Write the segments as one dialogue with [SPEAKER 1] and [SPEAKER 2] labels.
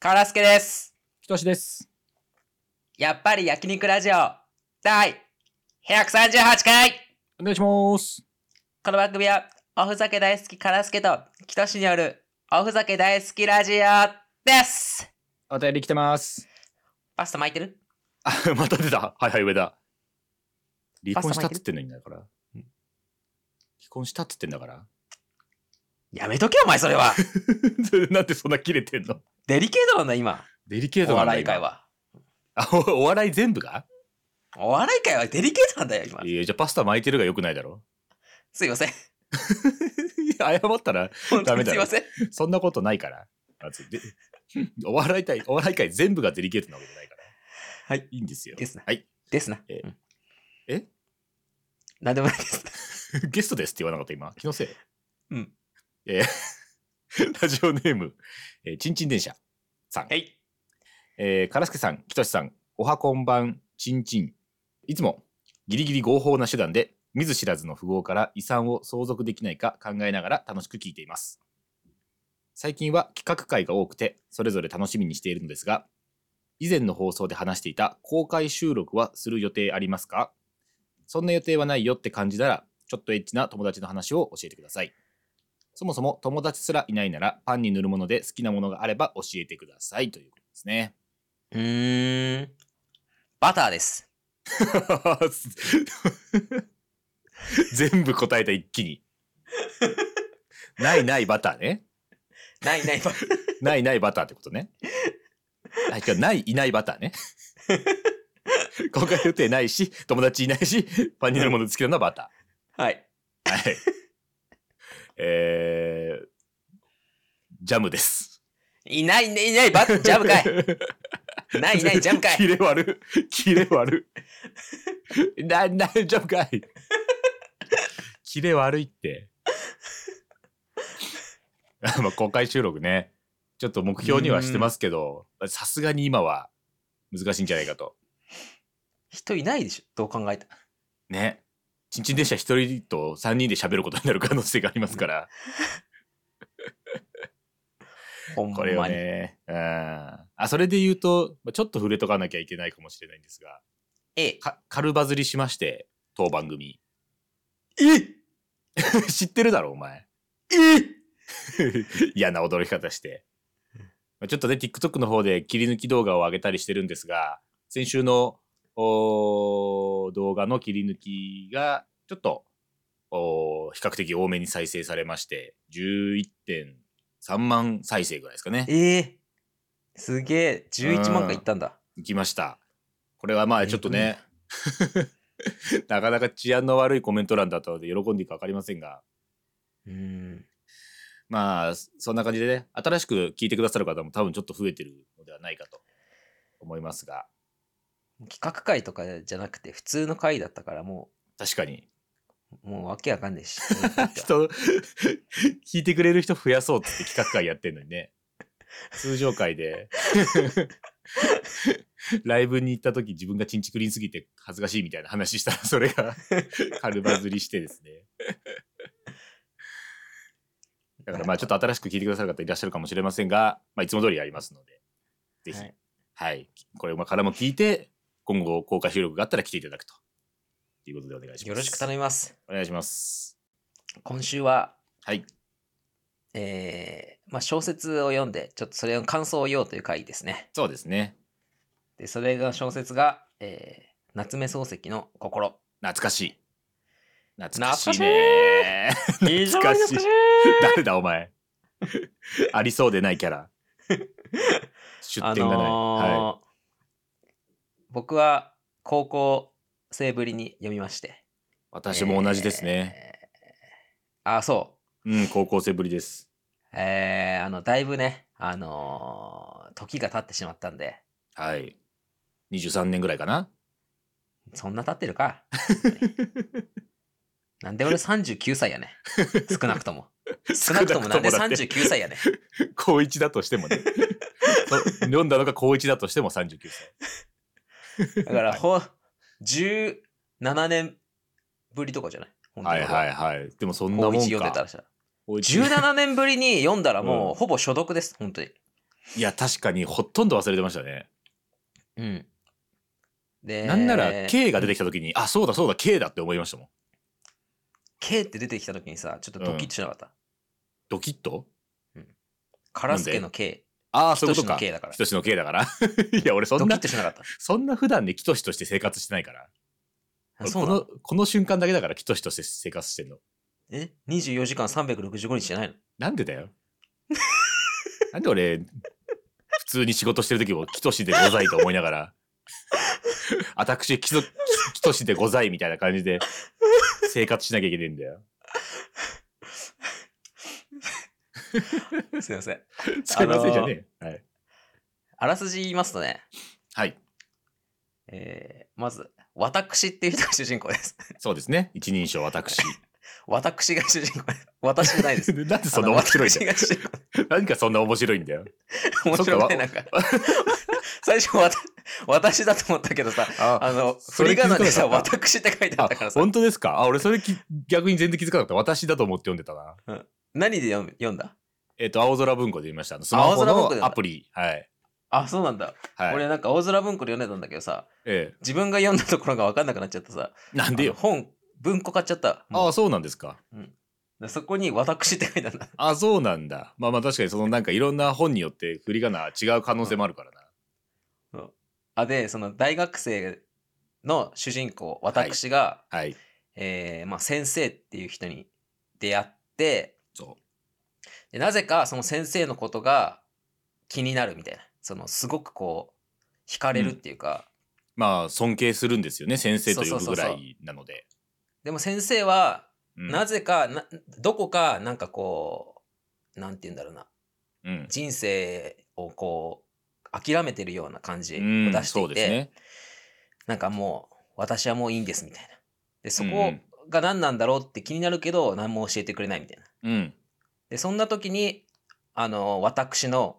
[SPEAKER 1] カラスケです。
[SPEAKER 2] ひとしです。
[SPEAKER 1] やっぱり焼肉ラジオ第138回
[SPEAKER 2] お願いします。
[SPEAKER 1] この番組はおふざけ大好きカラスケとキトシによるおふざけ大好きラジオです。
[SPEAKER 2] お便り来てます。
[SPEAKER 1] パスタ巻いてる
[SPEAKER 3] あ、 また出た。はいはい、上田。離婚したっつってんのにだから。離婚したっつってんだから。
[SPEAKER 1] やめとけお前それ は。
[SPEAKER 3] なんでそんな切れてんの
[SPEAKER 1] デリケートなんだ今。
[SPEAKER 3] デリケ
[SPEAKER 1] お
[SPEAKER 3] ートなんだ
[SPEAKER 1] 笑い界。は。
[SPEAKER 3] 今 あおお笑い全部が
[SPEAKER 1] お笑い界はデリケートなんだよ今。
[SPEAKER 3] いや、じゃあパスタ巻いてるがよくないだろ。
[SPEAKER 1] すいませ ん。
[SPEAKER 3] いや謝ったら、
[SPEAKER 1] 本当
[SPEAKER 3] ダメ
[SPEAKER 1] に
[SPEAKER 3] だ
[SPEAKER 1] すい
[SPEAKER 3] よ
[SPEAKER 1] ません。
[SPEAKER 3] そんなことないから。まずでお笑い界、お笑い界全部がデリケートなことないから。
[SPEAKER 1] はい。
[SPEAKER 3] いいんですよ。
[SPEAKER 1] ですな。
[SPEAKER 3] はい。
[SPEAKER 1] ですな。
[SPEAKER 3] え
[SPEAKER 1] うん
[SPEAKER 3] え
[SPEAKER 1] なんでもないです。
[SPEAKER 3] ゲストですって言わなかった今。気のせい。
[SPEAKER 1] うん。
[SPEAKER 3] えー ラジオネーム、えー、ちんちん電車さん。
[SPEAKER 1] はい。
[SPEAKER 3] えー、からすけさん、きとしさん、おはこんばん、ちんちん。いつも、ギリギリ合法な手段で、見ず知らずの富豪から遺産を相続できないか考えながら楽しく聞いています。最近は企画会が多くて、それぞれ楽しみにしているのですが、以前の放送で話していた公開収録はする予定ありますかそんな予定はないよって感じなら、ちょっとエッチな友達の話を教えてください。そもそも友達すらいないなら、パンに塗るもので好きなものがあれば教えてくださいということですね。
[SPEAKER 1] うーん。バターです。
[SPEAKER 3] 全部答えた一気に。ないないバターね。
[SPEAKER 1] ない ないバター
[SPEAKER 3] ないないバターってことね。あ違うないいないバターね。公開予定ないし、友達いないし、パンになるもの好きなのはバタ
[SPEAKER 1] はい。
[SPEAKER 3] ー。はい。えー、ジャムです。
[SPEAKER 1] いないね、いない、バ ッ、ジャムかい。
[SPEAKER 3] い。
[SPEAKER 1] ないい ない、ジャムかい。
[SPEAKER 3] キレ悪い。キレ悪 い。ないないジャムかい。 キレ悪いって。 あまあ公開収録ね。ちょっと目標にはしてますけど、さすがに今は難しいんじゃないかと。
[SPEAKER 1] 人いないでしょ、どう考えた。
[SPEAKER 3] ね。ちんちん電車一人と三人で喋ることになる可能性がありますから。
[SPEAKER 1] ほん
[SPEAKER 3] こ
[SPEAKER 1] まに
[SPEAKER 3] れ。をね。うん。あ、それで言うと、まあちょっと触れとかなきゃいけないかもしれないんですが、
[SPEAKER 1] ええ、
[SPEAKER 3] か軽バズりしまして、当番組。
[SPEAKER 1] え
[SPEAKER 3] 知ってるだろ、お前。
[SPEAKER 1] え
[SPEAKER 3] 嫌な驚き方して。まあちょっとね、TikTok の方で切り抜き動画を上げたりしてるんですが、先週のおー動画の切り抜きが、ちょっとおー比較的多めに再生されまして、11.3万再生ぐらいですかね。
[SPEAKER 1] ええすげえ、11万回いったんだ。
[SPEAKER 3] 行きました。これはまあちょっとね、 なかなか治安の悪いコメント欄だったので喜んでいいか分かりませんが、
[SPEAKER 1] うーん。
[SPEAKER 3] まあ、そんな感じでね、新しく聞いてくださる方も多分ちょっと増えてるのではないかと思いますが、
[SPEAKER 1] 企画会とかじゃなくて、普通の会だったから、も
[SPEAKER 3] 確かに、
[SPEAKER 1] う、もうわけわかんない し。俺にとっては
[SPEAKER 3] 人、聞いてくれる人増やそうっつって企画会やってんのにね、通常会で、ライブに行った時自分がチンチクリンすぎて恥ずかしいみたいな話したら、それが 軽バズりしてですね。だからまあちょっと新しく聞いてくださる方いらっしゃるかもしれませんが、まあ、いつも通りやりますので、ぜひ
[SPEAKER 1] はい
[SPEAKER 3] はい。これからも聞いて、今後公開収録があったら来ていただくと。ということでお願いします。
[SPEAKER 1] よろしく頼みます。
[SPEAKER 3] お願いします。
[SPEAKER 1] 今週は、
[SPEAKER 3] はい。
[SPEAKER 1] えー、まあ小説を読んで、ちょっとそれの感想を言おうという会ですね。
[SPEAKER 3] そうですね。
[SPEAKER 1] で、それが小説が、えー、夏目漱石の心。
[SPEAKER 3] 懐かしい。懐
[SPEAKER 1] か
[SPEAKER 3] か
[SPEAKER 1] しい
[SPEAKER 3] しいね。
[SPEAKER 1] 非常
[SPEAKER 3] 懐か
[SPEAKER 1] に
[SPEAKER 3] し い
[SPEAKER 1] 懐かしい。
[SPEAKER 3] 誰だお 前。ありそうでないキャラ。出
[SPEAKER 1] あ
[SPEAKER 3] 典がない。
[SPEAKER 1] のー
[SPEAKER 3] はい。
[SPEAKER 1] 僕は高校生ぶりに読みまして。
[SPEAKER 3] 私も同じですね。
[SPEAKER 1] えー。あ、そ
[SPEAKER 3] うん、高校生ぶりです。
[SPEAKER 1] う。えー、あの、だいぶね、あのー時が経ってしまったんで、
[SPEAKER 3] はい。23年ぐらいかな。
[SPEAKER 1] そんな経ってる か。なんで俺39歳やね。少なくとも。 少なくともなんで
[SPEAKER 3] 少なくともだって
[SPEAKER 1] 39歳やね。
[SPEAKER 3] 高一だとして もね。そ読んだのが高一だとしても39歳。
[SPEAKER 1] だから、ほ、17年ぶりとかじゃない本当
[SPEAKER 3] は
[SPEAKER 1] に
[SPEAKER 3] い
[SPEAKER 1] 俺
[SPEAKER 3] はいはい。でもそんなも
[SPEAKER 1] 高
[SPEAKER 3] ん
[SPEAKER 1] 一
[SPEAKER 3] か。
[SPEAKER 1] 読んでたらしたら。
[SPEAKER 3] 高一
[SPEAKER 1] 17年ぶりに読んだらもう、
[SPEAKER 3] うん
[SPEAKER 1] ほぼ所読です、本当に。
[SPEAKER 3] いや、確かにほとんど忘れてましたね。
[SPEAKER 1] うん。で、
[SPEAKER 3] なんなら、K が出てきた時に、あ、そうだそうだ、K だって思いましたもん。
[SPEAKER 1] K って出てきた時にさ、ちょっとドキッとしなかった。
[SPEAKER 3] ドキッと
[SPEAKER 1] カラスケの K。
[SPEAKER 3] ああ、そうい
[SPEAKER 1] 人
[SPEAKER 3] う
[SPEAKER 1] 志
[SPEAKER 3] こと
[SPEAKER 1] の
[SPEAKER 3] か。
[SPEAKER 1] K だから。
[SPEAKER 3] 人志の K だから。 いや、俺そ
[SPEAKER 1] ド
[SPEAKER 3] ん
[SPEAKER 1] キ
[SPEAKER 3] な
[SPEAKER 1] ッ、としな かった。
[SPEAKER 3] そんな普段でキトシとして生活してないから。
[SPEAKER 1] あそう
[SPEAKER 3] こ
[SPEAKER 1] なの
[SPEAKER 3] の、この瞬間だけだからキトシとして生活してんの。
[SPEAKER 1] え ?24 時間365日じゃないの
[SPEAKER 3] なんでだよ。なんで俺、普通に仕事してる時もキトシでございと思いながら、私キト、キトシでございみたいな感じで生活しなきゃいけないんだよ。
[SPEAKER 1] すいません。
[SPEAKER 3] すいませんじゃねえ。はい。
[SPEAKER 1] あらすじ言いますとね、
[SPEAKER 3] はい。
[SPEAKER 1] えーまず、私っていう人が主人公です。
[SPEAKER 3] そうですね。一人称私。
[SPEAKER 1] 私が主人公です。私じゃないです。
[SPEAKER 3] なんで そんな面白いんだ
[SPEAKER 1] あの私が
[SPEAKER 3] よ。
[SPEAKER 1] 主人公
[SPEAKER 3] 何かそんな面白いんだよ。
[SPEAKER 1] 面
[SPEAKER 3] そっか
[SPEAKER 1] 白くないなん か。最初わた、私だと思ったけどさ、
[SPEAKER 3] あ
[SPEAKER 1] あの、
[SPEAKER 3] そ
[SPEAKER 1] 振
[SPEAKER 3] れ
[SPEAKER 1] り仮名でさ、
[SPEAKER 3] 気づかなか
[SPEAKER 1] 私って書いてあったからさ、
[SPEAKER 3] 本当ですかあ、俺それき逆に全然気づかなかった。私だと思って読んでたな。
[SPEAKER 1] 何で読む読んだ
[SPEAKER 3] えっ、と、青空文庫で読みました。あのスマホ
[SPEAKER 1] 青空文庫で
[SPEAKER 3] のアプリ。はい。
[SPEAKER 1] あ、そうなんだ。
[SPEAKER 3] はい。
[SPEAKER 1] 俺なんか大空文庫で読んでたんだけどさ、
[SPEAKER 3] え
[SPEAKER 1] 自分が読んだところが分かんなくなっちゃってさ、
[SPEAKER 3] え。なんで
[SPEAKER 1] あ
[SPEAKER 3] よ
[SPEAKER 1] の。本、文庫買っちゃった。も
[SPEAKER 3] ああ、そうなんですか。
[SPEAKER 1] うでそこに私って書いてあるんだ。
[SPEAKER 3] あそうなんだ。まあまあ確かにそのなんかいろんな本によって振り仮名は違う可能性もあるからな。
[SPEAKER 1] あ、で、その大学生の主人公、私が、
[SPEAKER 3] はい。
[SPEAKER 1] えーまあ、先生っていう人に出会って
[SPEAKER 3] そ
[SPEAKER 1] でなぜかその先生のことが気になるみたいなそのすごくこう惹かれるっていうか、
[SPEAKER 3] う。まあ尊敬するんですよね。先生と呼ぶぐらいなので。
[SPEAKER 1] でも先生は
[SPEAKER 3] うん
[SPEAKER 1] なぜかなどこかなんかこうなんて言うんだろうな
[SPEAKER 3] うん。
[SPEAKER 1] 人生をこう諦めてるような感じを
[SPEAKER 3] うん
[SPEAKER 1] 出して
[SPEAKER 3] そ
[SPEAKER 1] いうて、
[SPEAKER 3] ですね。
[SPEAKER 1] なんかもう私はもういいんですみたいなでそ
[SPEAKER 3] うんう
[SPEAKER 1] こ
[SPEAKER 3] ん
[SPEAKER 1] が何なんだろうって気になるけど何も教えてくれないみたいな。
[SPEAKER 3] うん。
[SPEAKER 1] でそんな時にあの私の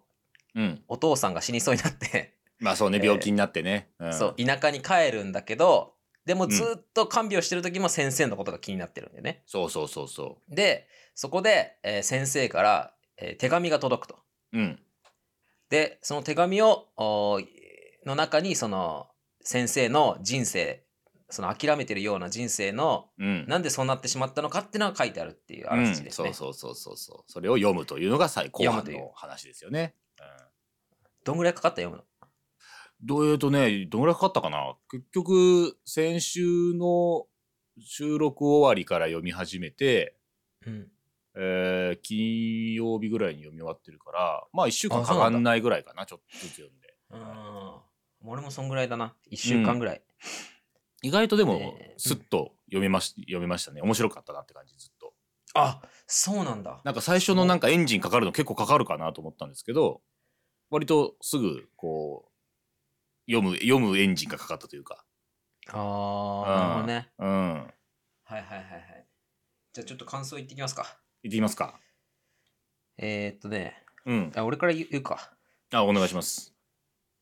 [SPEAKER 3] うん。
[SPEAKER 1] お父さんが死にそうになって、
[SPEAKER 3] まあそうね、
[SPEAKER 1] えー
[SPEAKER 3] 病気になってね。うん
[SPEAKER 1] そう田舎に帰るんだけどでもずっと看病してる時も先生のことが気になってるんでね、
[SPEAKER 3] そうそうそうそ
[SPEAKER 1] でそこで、えー先生から、えー手紙が届くと
[SPEAKER 3] う。うん。
[SPEAKER 1] でその手紙をおーの中にその先生の人生その諦めてるような人生の
[SPEAKER 3] うん。
[SPEAKER 1] なんでそうなってしまったのかっていうのが書いてあるっていうあらすじですね、
[SPEAKER 3] うん、そうそうそうそうそうそれを読むというのが最後半
[SPEAKER 1] 読むとい
[SPEAKER 3] の話ですよね、うん、
[SPEAKER 1] どんぐらいかかった読むの
[SPEAKER 3] どういうとねどのぐらいかかったかな結局先週の収録終わりから読み始めて、
[SPEAKER 1] うん、
[SPEAKER 3] えー金曜日ぐらいに読み終わってるからまあ1週間
[SPEAKER 1] あ
[SPEAKER 3] か
[SPEAKER 1] そう
[SPEAKER 3] か
[SPEAKER 1] なんだ
[SPEAKER 3] んないぐらいかなちょっとずつ読んで
[SPEAKER 1] うーん俺もそんぐらいだな1週間ぐらい、
[SPEAKER 3] 意外とでも
[SPEAKER 1] ね
[SPEAKER 3] すっと読めまし、読めましたね面白かったなって感じずっと
[SPEAKER 1] あそうなんだ
[SPEAKER 3] なんか最初のなんかエンジンかかるの結構かかるかなと思ったんですけど、割とすぐこう、読む、読むエンジンがかかったというか。
[SPEAKER 1] あ
[SPEAKER 3] う
[SPEAKER 1] あ、
[SPEAKER 3] ん
[SPEAKER 1] なるほどね。
[SPEAKER 3] うん。行
[SPEAKER 1] はいはいはいはい。じゃあちょっと感想言ってきますか。
[SPEAKER 3] ってみますか。
[SPEAKER 1] えー、っとね、
[SPEAKER 3] うん。
[SPEAKER 1] あ、俺から言う言うか。
[SPEAKER 3] あ、お願いします。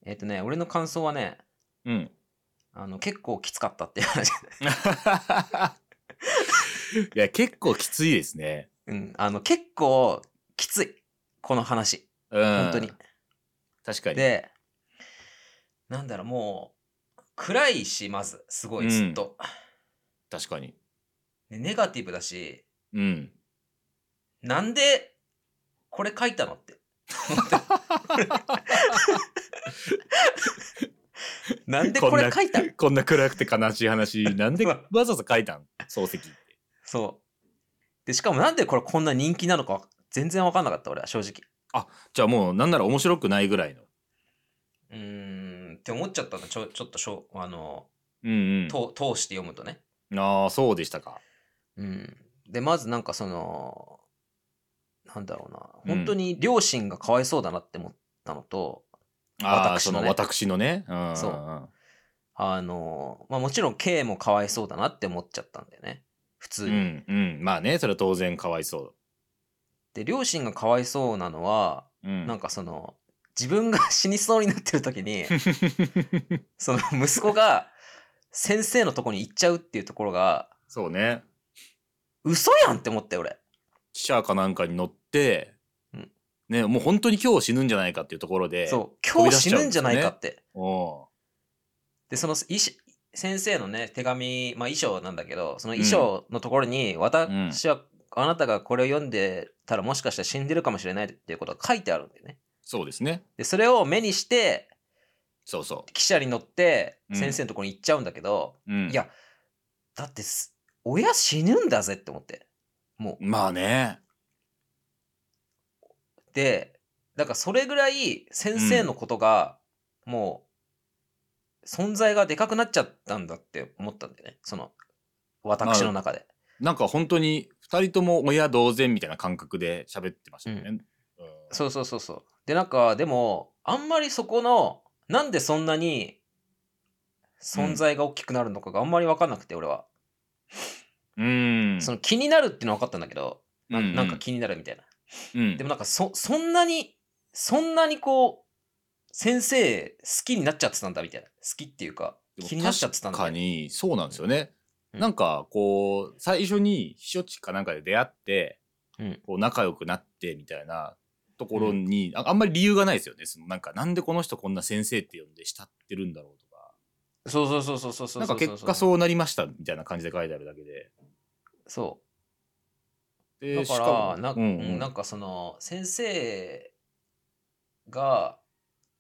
[SPEAKER 1] えー、っとね、俺の感想はね、
[SPEAKER 3] うん。
[SPEAKER 1] あの結構きつかったっていう話。
[SPEAKER 3] いや、結構きついですね。
[SPEAKER 1] うん、あの結構きつい。この話。
[SPEAKER 3] うん。
[SPEAKER 1] 本当に。。
[SPEAKER 3] 確かに。
[SPEAKER 1] で、なんだろう、もう、暗いし、まず、すごい、ずっと。
[SPEAKER 3] 確かに。
[SPEAKER 1] でネガティブだし、
[SPEAKER 3] うん。
[SPEAKER 1] なんで、これ書いたの って。なんでこれ書いた
[SPEAKER 3] こんなこんな暗くて悲し い話、なんでわざわざ書いたん漱石って。
[SPEAKER 1] そう。で、しかもなんでこれこんな人気なのか全然わかんなかった、俺は正直。
[SPEAKER 3] じゃあもう、なんなら面白くないぐらいの。
[SPEAKER 1] うーん、って思っちゃったの、ちょちょっとしょ、あの、
[SPEAKER 3] うん
[SPEAKER 1] と通して読むとね。
[SPEAKER 3] うん。ああ、そうでしたか。
[SPEAKER 1] うん。で、まずなんかその、なんだろうな、
[SPEAKER 3] うん
[SPEAKER 1] 本当に両親がかわいそうだなって思ったのと、
[SPEAKER 3] ああ、
[SPEAKER 1] 私
[SPEAKER 3] そ
[SPEAKER 1] の
[SPEAKER 3] の
[SPEAKER 1] ね
[SPEAKER 3] 私のね。うん。
[SPEAKER 1] そうんあの、まあもちろん K もかわいそうだなって思っちゃったんだよね。普通
[SPEAKER 3] う
[SPEAKER 1] に。
[SPEAKER 3] ん、うん、まあね、それは当然かわいそ
[SPEAKER 1] で、両親がかわいそうなのは、
[SPEAKER 3] う。うん、
[SPEAKER 1] なんかその、自分が死にそうになってる時に、その息子が先生のとこに行っちゃうっていうところが
[SPEAKER 3] そうね。
[SPEAKER 1] 嘘やんって思ったよ俺
[SPEAKER 3] 汽車かなんかに乗って、
[SPEAKER 1] うん
[SPEAKER 3] ね、もう本当に今日死ぬんじゃないかっていうところで、
[SPEAKER 1] そう
[SPEAKER 3] 飛
[SPEAKER 1] 今
[SPEAKER 3] び
[SPEAKER 1] 日
[SPEAKER 3] 出
[SPEAKER 1] 死
[SPEAKER 3] しちゃ
[SPEAKER 1] ぬ
[SPEAKER 3] うんん
[SPEAKER 1] じ
[SPEAKER 3] です
[SPEAKER 1] ゃ
[SPEAKER 3] ね
[SPEAKER 1] ないかって
[SPEAKER 3] お
[SPEAKER 1] でその医師先生のね手紙、まあ、衣装なんだけどその衣装のところに、私はあなたがこれを読んでたらもしかしたら死んでるかもしれないっていうことが書いてあるんだよね
[SPEAKER 3] そうですね。
[SPEAKER 1] でそれを目にして
[SPEAKER 3] そうそ
[SPEAKER 1] 汽車に乗って
[SPEAKER 3] うん
[SPEAKER 1] 先生のところに行っちゃうんだけど、
[SPEAKER 3] う。うん、
[SPEAKER 1] いやだってす親死ぬんだぜって思ってもう
[SPEAKER 3] まあね。
[SPEAKER 1] でだからそれぐらい先生のことがもう存在がでかくなっちゃったんだって思ったんだよねその私の中で。
[SPEAKER 3] なんか本当に二人とも親同然みたいな感覚で喋ってましたよね。うん
[SPEAKER 1] そうそうそうそう。で、なんか、でも、あんまりそこの、なんでそんなに存在が大きくなるのかがあんまり分かんなくて、俺は。
[SPEAKER 3] うん。
[SPEAKER 1] その気になるっていうのは分かったんだけど、な
[SPEAKER 3] うん
[SPEAKER 1] んなんか気になるみたいな。
[SPEAKER 3] うん、
[SPEAKER 1] でもなんかそ、そんなに、そんなにこう、先生好きになっちゃってたんだみたいな。好きっていうか、
[SPEAKER 3] でも
[SPEAKER 1] 気になっちゃってたんだ。
[SPEAKER 3] 確かに、そうなんですよね。
[SPEAKER 1] うん
[SPEAKER 3] なんか、こう、最初に避暑地かなんかで出会って、
[SPEAKER 1] うん
[SPEAKER 3] こう仲良くなってみたいなところに、ああんまり理由がないですよね。そのなんか、なんでこの人こんな先生って呼んで慕ってるんだろうとか。
[SPEAKER 1] そうそうそうそうそうそうそう。
[SPEAKER 3] なんか結果そうなりましたみたいな感じで書いてあるだけで。
[SPEAKER 1] そう。
[SPEAKER 3] で
[SPEAKER 1] だ
[SPEAKER 3] し
[SPEAKER 1] か
[SPEAKER 3] も
[SPEAKER 1] らなんか、
[SPEAKER 3] う
[SPEAKER 1] うん
[SPEAKER 3] うん
[SPEAKER 1] んなんかその先生が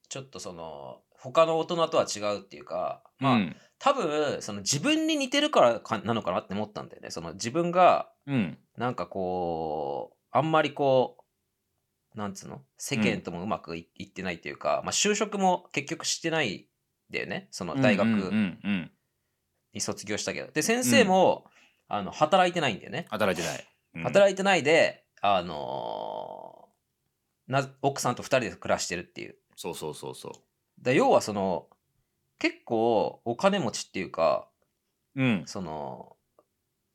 [SPEAKER 1] ちょっとその他の大人とは違うっていうか、まあ
[SPEAKER 3] うん
[SPEAKER 1] 多分その自分に似てるからかなのかなって思ったんだよね。その自分が
[SPEAKER 3] うん
[SPEAKER 1] なんかこうあんまりこうなんつうの世間ともうまくい,、ってないっていうか、まあ、就職も結局してないんだよねその大
[SPEAKER 3] うんうんう
[SPEAKER 1] 学
[SPEAKER 3] んうん
[SPEAKER 1] に卒業したけど。で先生も、あの働いてないんだよね。
[SPEAKER 3] 働いてない。うん
[SPEAKER 1] 働いてないで、あのーな奥さんと2人で暮らしてるっていう
[SPEAKER 3] そうそうそうそう。
[SPEAKER 1] だ要はその結構お金持ちっていうか
[SPEAKER 3] うん、
[SPEAKER 1] その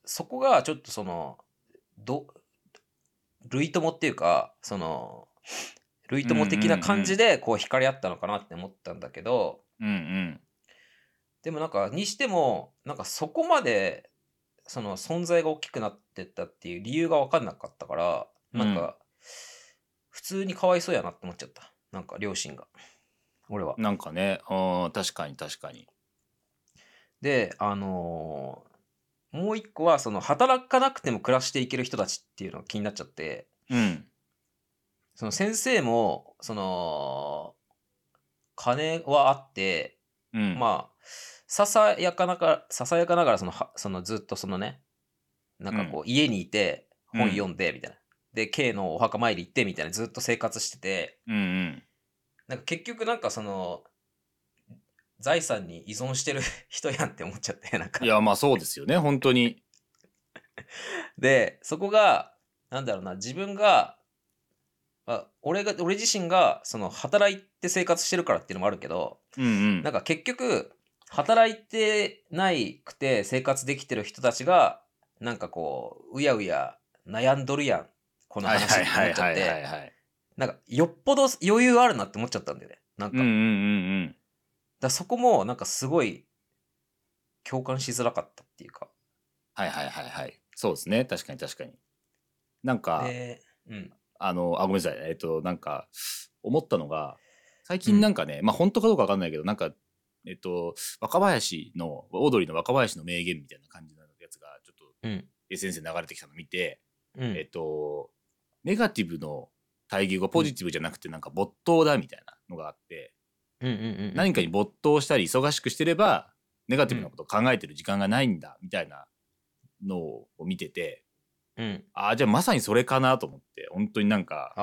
[SPEAKER 1] そこがちょっとそのど類友っていうかその類友的な感じでこう惹かれ合ったのかなって思ったんだけど、
[SPEAKER 3] うん、うん。
[SPEAKER 1] でもなんかにしてもなんかそこまでその存在が大きくなってったっていう理由が分かんなかったからなんか普通にかわいそうやなって思っちゃったなんか両親が俺は。
[SPEAKER 3] なんかね、あー確かに確かに。
[SPEAKER 1] であのーもう一個はその働かなくても暮らしていける人たちっていうのが気になっちゃって
[SPEAKER 3] うん、
[SPEAKER 1] その先生もその金はあって
[SPEAKER 3] うん、あ、
[SPEAKER 1] まあささやかながささやかながらそのはそのずっとそのねなんかこう、家にいて本読んでみたいな、で K のお墓参り行ってみたいなずっと生活してて
[SPEAKER 3] うん、うん。
[SPEAKER 1] なんか結局なんかその財産に依存してる 人やんって思っちゃってなんか
[SPEAKER 3] いや、まあそうですよね、本当に。
[SPEAKER 1] でそこがなんだろうな自分があ俺が俺自身がその働いて生活してるからっていうのもあるけど
[SPEAKER 3] うん、うん。
[SPEAKER 1] なん
[SPEAKER 3] か
[SPEAKER 1] か結局働いてないくて生活できてる人たちがなんかこううやうや悩んどるやんこの
[SPEAKER 3] はい
[SPEAKER 1] 話っ
[SPEAKER 3] はい
[SPEAKER 1] て思
[SPEAKER 3] は
[SPEAKER 1] っ
[SPEAKER 3] い
[SPEAKER 1] ちゃ
[SPEAKER 3] は
[SPEAKER 1] っ
[SPEAKER 3] いはい
[SPEAKER 1] て
[SPEAKER 3] はい。
[SPEAKER 1] なんかよっぽど余裕あるなって思っちゃったんだよねなん
[SPEAKER 3] う
[SPEAKER 1] か,、
[SPEAKER 3] ん、うん、
[SPEAKER 1] だか
[SPEAKER 3] うん、
[SPEAKER 1] らそこもなんかすごい共感しづらかったっていうか
[SPEAKER 3] はいはいはいはい。そうですね、確かに確かに。なんか、
[SPEAKER 1] でうん
[SPEAKER 3] あの、あ、ごめんなさい、えっと、なんか、思ったのが、最近なんかね、まあ本当かどうかわかんないけど、なんか、えっと、若林の、オードリーの若林の名言みたいな感じのやつが、ちょっと
[SPEAKER 1] うん、
[SPEAKER 3] SNS で流れてきたの見て、
[SPEAKER 1] うん
[SPEAKER 3] えっと、ネガティブの対義語、ポジティブじゃなくて、なんか没頭だみたいなのがあって、
[SPEAKER 1] うんうんうん
[SPEAKER 3] 何かに没頭したり、忙しくしてれば、ネガティブなことを考えてる時間がないんだ、みたいなのを見てて、
[SPEAKER 1] うん
[SPEAKER 3] ああ、じゃあまさにそれかなと思って、本当になんか、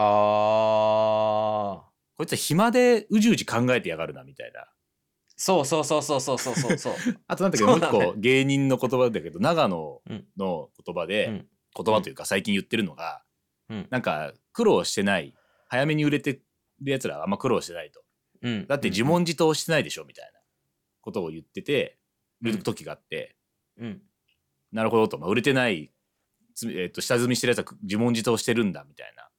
[SPEAKER 1] あー
[SPEAKER 3] こいつは暇でうじうじ考えてやがるな、みたいな。
[SPEAKER 1] そうそうそうそうそうそうそう そう
[SPEAKER 3] あとなんだけど、もう一
[SPEAKER 1] そうだ
[SPEAKER 3] 個芸人の言葉だけど、長野の言葉で、
[SPEAKER 1] うん
[SPEAKER 3] 言葉というか最近言ってるのが、
[SPEAKER 1] うん
[SPEAKER 3] なんか苦労してない、早めに売れてる奴らはあんま苦労してないと。
[SPEAKER 1] うん
[SPEAKER 3] だって自問自答してないでしょみたいなことを言ってて
[SPEAKER 1] うん
[SPEAKER 3] る時があって、
[SPEAKER 1] うん
[SPEAKER 3] なるほどと、まあ、売れてない、つえっと下積みしてるやつは自問自答してるんだみたいな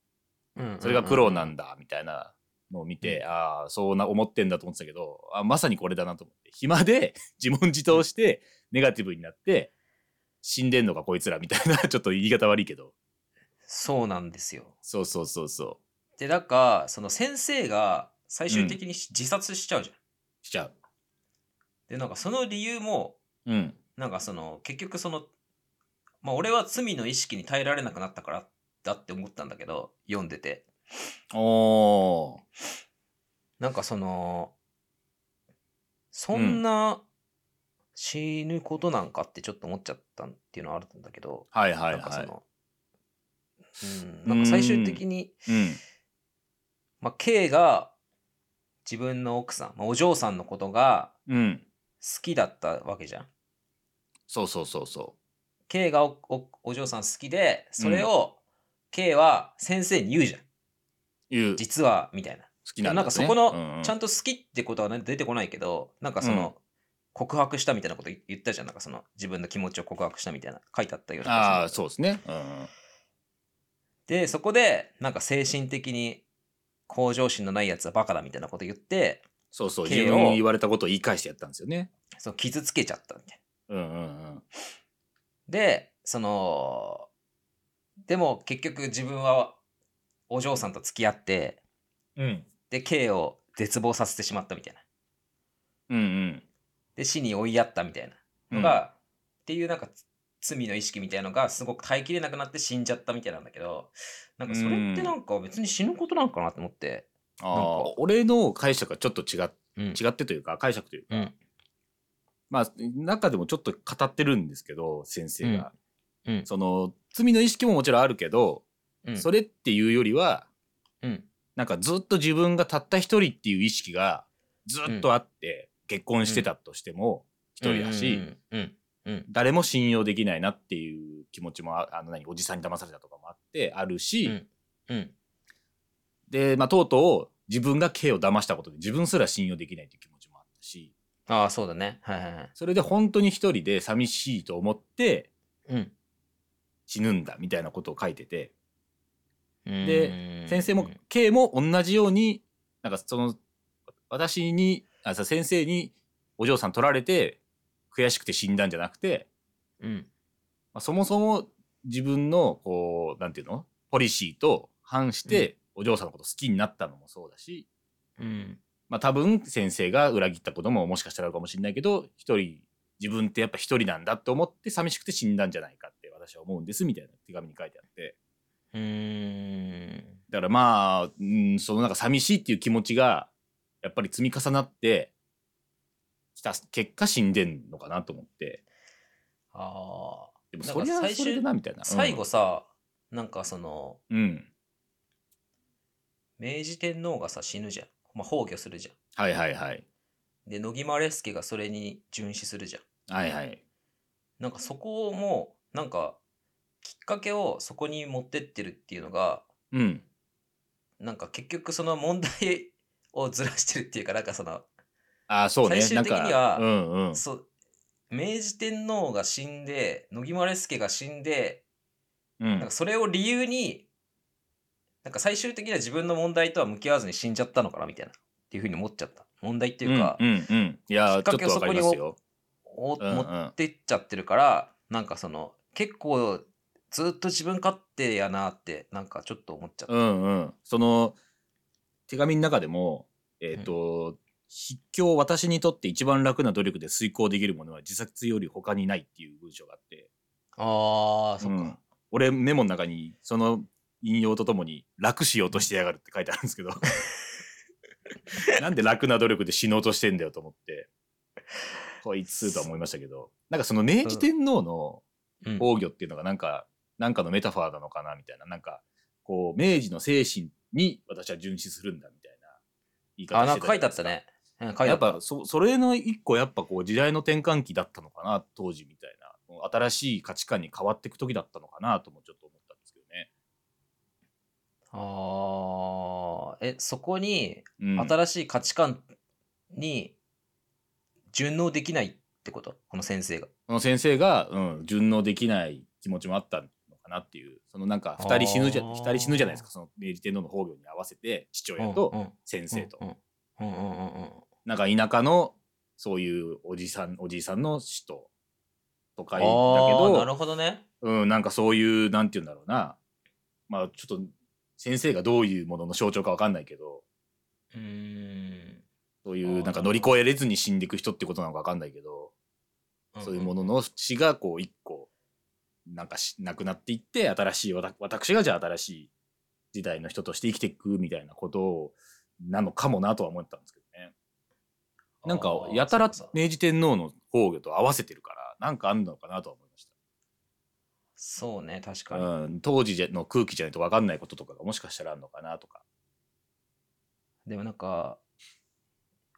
[SPEAKER 1] うん
[SPEAKER 3] それが苦労なんだみたいなのを見て、ああそうな思ってんだと思ってたけどあまさにこれだなと思って暇で 自問自答してネガティブになって死んでんのか こいつらみたいなちょっと言い方悪いけど
[SPEAKER 1] そうなんですよ
[SPEAKER 3] そうそうそうそ
[SPEAKER 1] でだからその先生が最終的にし自殺しちゃうじゃん。
[SPEAKER 3] しちゃう。
[SPEAKER 1] でなんかその理由も
[SPEAKER 3] うん。
[SPEAKER 1] なんかその結局その、まあ、俺は罪の意識に耐えられなくなったからだって思ったんだけど読んでて
[SPEAKER 3] おー。
[SPEAKER 1] なんかそのそんな死ぬことなんかってちょっと思っちゃったっていうのはあるんだけど、
[SPEAKER 3] はいはい
[SPEAKER 1] なんかそ
[SPEAKER 3] は
[SPEAKER 1] の、うん、なんか最終的に
[SPEAKER 3] い。うん。
[SPEAKER 1] まあ、K が自分の奥さん、まあ、お嬢さんのことが
[SPEAKER 3] うん。
[SPEAKER 1] 好きだったわけじゃん。
[SPEAKER 3] そうそうそうそ
[SPEAKER 1] K がおおお嬢さん好きでそれを K は先生に言うじゃん、
[SPEAKER 3] う。いう好
[SPEAKER 1] 実はみたいな。
[SPEAKER 3] きなんだ、ね、
[SPEAKER 1] なんかそこの、
[SPEAKER 3] うんうん
[SPEAKER 1] ちゃんと好きってことは、ね、出てこないけどなんかその、告白したみたいなこと言ったじゃんなんかその自分の気持ちを告白したみたいな書いてあったような感じ
[SPEAKER 3] ああ、そうですね。うんうん。
[SPEAKER 1] でそこでなんか精神的に向上心のないやつはバカだみたいなこと言って
[SPEAKER 3] そうそう。
[SPEAKER 1] K を
[SPEAKER 3] 自分に言われたことを言い返してやったんですよね。
[SPEAKER 1] その傷つけちゃったみたいな。
[SPEAKER 3] うんうん
[SPEAKER 1] でそのでも結局自分はお嬢さんと付き合って
[SPEAKER 3] うん。うん。
[SPEAKER 1] で K を絶望させてしまったみたいな
[SPEAKER 3] うんうん。
[SPEAKER 1] で死に追いやったみたいなのが、っていうなんか罪の意識みたいのがすごく耐えきれなくなって死んじゃったみたいなんだけどなんかそれってなんか別に死ぬことなんかなと思って、
[SPEAKER 3] あ
[SPEAKER 1] なん
[SPEAKER 3] あ
[SPEAKER 1] か、
[SPEAKER 3] 俺の解釈はちょっと違っ
[SPEAKER 1] うん
[SPEAKER 3] 違ってというか、解釈というか、
[SPEAKER 1] うん
[SPEAKER 3] まあ、中でもちょっと語ってるんですけど、先生が。
[SPEAKER 1] うんうん
[SPEAKER 3] その、罪の意識ももちろんあるけど、
[SPEAKER 1] うん
[SPEAKER 3] それっていうよりは、
[SPEAKER 1] うん
[SPEAKER 3] なんかずっと自分がたった一人っていう意識がずっとあって、結婚してたとしても一人だし、
[SPEAKER 1] うんうんうん
[SPEAKER 3] 誰も信用できないなっていう気持ちもああの何おじさんに騙されたとかもあってあるし、
[SPEAKER 1] うんうん
[SPEAKER 3] で、まあ、とうとう自分が K を騙したことで自分すら信用できないっていう気持ちもあったし
[SPEAKER 1] ああそうだねはいはいはい
[SPEAKER 3] それで本当に一人で寂しいと思って
[SPEAKER 1] うん
[SPEAKER 3] 死ぬんだみたいなことを書いてて、
[SPEAKER 1] うーん
[SPEAKER 3] 先生も K も同じようになんかその私にあそう先生にお嬢さん取られて悔しくて死んだんじゃなくて、
[SPEAKER 1] うん
[SPEAKER 3] まあ、そもそも自分のこうなんていうのポリシーと反してお嬢さんのこと好きになったのもそうだし、
[SPEAKER 1] うん
[SPEAKER 3] まあ、多分先生が裏切ったことももしかしたらあるかもしれないけど一人自分ってやっぱ一人なんだって思って寂しくて死んだんじゃないかって私は思うんですみたいな手紙に書いてあって。
[SPEAKER 1] うーん
[SPEAKER 3] だからまあ、うん、そのなんか寂しいっていう気持ちがやっぱり積み重なってきた結果死んでんのかなと思って
[SPEAKER 1] ああ
[SPEAKER 3] でも
[SPEAKER 1] なん
[SPEAKER 3] そ
[SPEAKER 1] か
[SPEAKER 3] れは
[SPEAKER 1] 最
[SPEAKER 3] そ
[SPEAKER 1] 終
[SPEAKER 3] れでなみたいな
[SPEAKER 1] 最後さ、なんかその
[SPEAKER 3] うん、うん
[SPEAKER 1] 明治天皇がさ死ぬじゃん、まあ、崩御するじゃ
[SPEAKER 3] はいはいはい
[SPEAKER 1] んで乃木マレスケがそれに殉死するじゃん
[SPEAKER 3] はいはい
[SPEAKER 1] なんかそこをもうなんかきっかけをそこに持ってってるっていうのが
[SPEAKER 3] うん
[SPEAKER 1] なんか結局その問題をずらしてるっていうかなんかその、
[SPEAKER 3] ああそうね
[SPEAKER 1] 最終的に
[SPEAKER 3] な
[SPEAKER 1] は
[SPEAKER 3] んかうんうん
[SPEAKER 1] そ明治天皇が死んで乃木マレスケが死んで
[SPEAKER 3] う
[SPEAKER 1] なん
[SPEAKER 3] ん
[SPEAKER 1] かそれを理由になんか最終的には自分の問題とは向き合わずに死んじゃったのかなみたいなっていうふうに思っちゃった問題っていうか、
[SPEAKER 3] うんうんうんい
[SPEAKER 1] き
[SPEAKER 3] や
[SPEAKER 1] っ
[SPEAKER 3] ち
[SPEAKER 1] か
[SPEAKER 3] ょっ
[SPEAKER 1] けを
[SPEAKER 3] とわかりますよ、
[SPEAKER 1] お
[SPEAKER 3] うんう
[SPEAKER 1] 持
[SPEAKER 3] ん
[SPEAKER 1] っ、てっちゃってるからなんかその結構ずっと自分勝手やなってなんかちょっと思っちゃった。
[SPEAKER 3] うんうんその手紙の中でもえっ、と、筆記を私にとって一番楽な努力で遂行できるものは自殺より他にないっていう文章があって、
[SPEAKER 1] ああそっ
[SPEAKER 3] うん
[SPEAKER 1] か。
[SPEAKER 3] 俺メモの中にその引用とともに「楽しようとしてやがる」って書いてあるんですけど なんで楽な努力で死のうとしてんだよと思ってこいつとは思いましたけどなんかその明治天皇の
[SPEAKER 1] うん
[SPEAKER 3] 崩御っていうのがなんか、なんかのメタファーなのかなみたいななんかこう明治の精神に私は殉死するんだみたいな言い
[SPEAKER 1] あ
[SPEAKER 3] 方
[SPEAKER 1] なん
[SPEAKER 3] して
[SPEAKER 1] か
[SPEAKER 3] た
[SPEAKER 1] 書
[SPEAKER 3] じ
[SPEAKER 1] い
[SPEAKER 3] ゃ
[SPEAKER 1] てあったね。うん
[SPEAKER 3] ないですか
[SPEAKER 1] 書いて
[SPEAKER 3] や
[SPEAKER 1] あ
[SPEAKER 3] っ
[SPEAKER 1] った。
[SPEAKER 3] ぱそそれの一個やっぱこう時代の転換期だったのかな当時みたいな新しい価値観に変わっていく時だったのかなともちょっと思ったんですけどね。
[SPEAKER 1] ああえそこに
[SPEAKER 3] うん、
[SPEAKER 1] 新しい価値観に順応できないってことこの先生が。
[SPEAKER 3] その先生が、うん、順応できない気持ちもあったのかなっていうそのなんか2人死ぬじゃ
[SPEAKER 1] あー
[SPEAKER 3] 二人死ぬじゃないですかその明治天皇の崩御に合わせて父親
[SPEAKER 1] うんう
[SPEAKER 3] と
[SPEAKER 1] ん
[SPEAKER 3] 先生と、
[SPEAKER 1] うんうんうんうんうん
[SPEAKER 3] なんか田舎のそういうおじさんおじいさんの死と都会だけ
[SPEAKER 1] あー
[SPEAKER 3] ど
[SPEAKER 1] なるほどね。
[SPEAKER 3] うん、なんかそういう、なんて言うんだろうな。まあ、ちょっと、先生がどういうものの象徴かわかんないけど、
[SPEAKER 1] うーん
[SPEAKER 3] そうい
[SPEAKER 2] あ
[SPEAKER 3] う
[SPEAKER 2] ー
[SPEAKER 3] なんか乗り越えれずに死んでいく人ってことなのかわかんないけど、そういうものの死がこう一個、なんかし、なくなっていって、新しい、わた私がじゃあ新しい時代の人として生きていくみたいなことを、なのかもなとは思ったんですけどね。なんか、やたら
[SPEAKER 1] さ
[SPEAKER 3] 明治天皇の崩御と合わせてるから、なんかあんのかなとは思いました。
[SPEAKER 1] そうね確かに、
[SPEAKER 3] うん、当時の空気じゃないと分かんないこととかがもしかしたらあるのかなとか。
[SPEAKER 1] でもなんか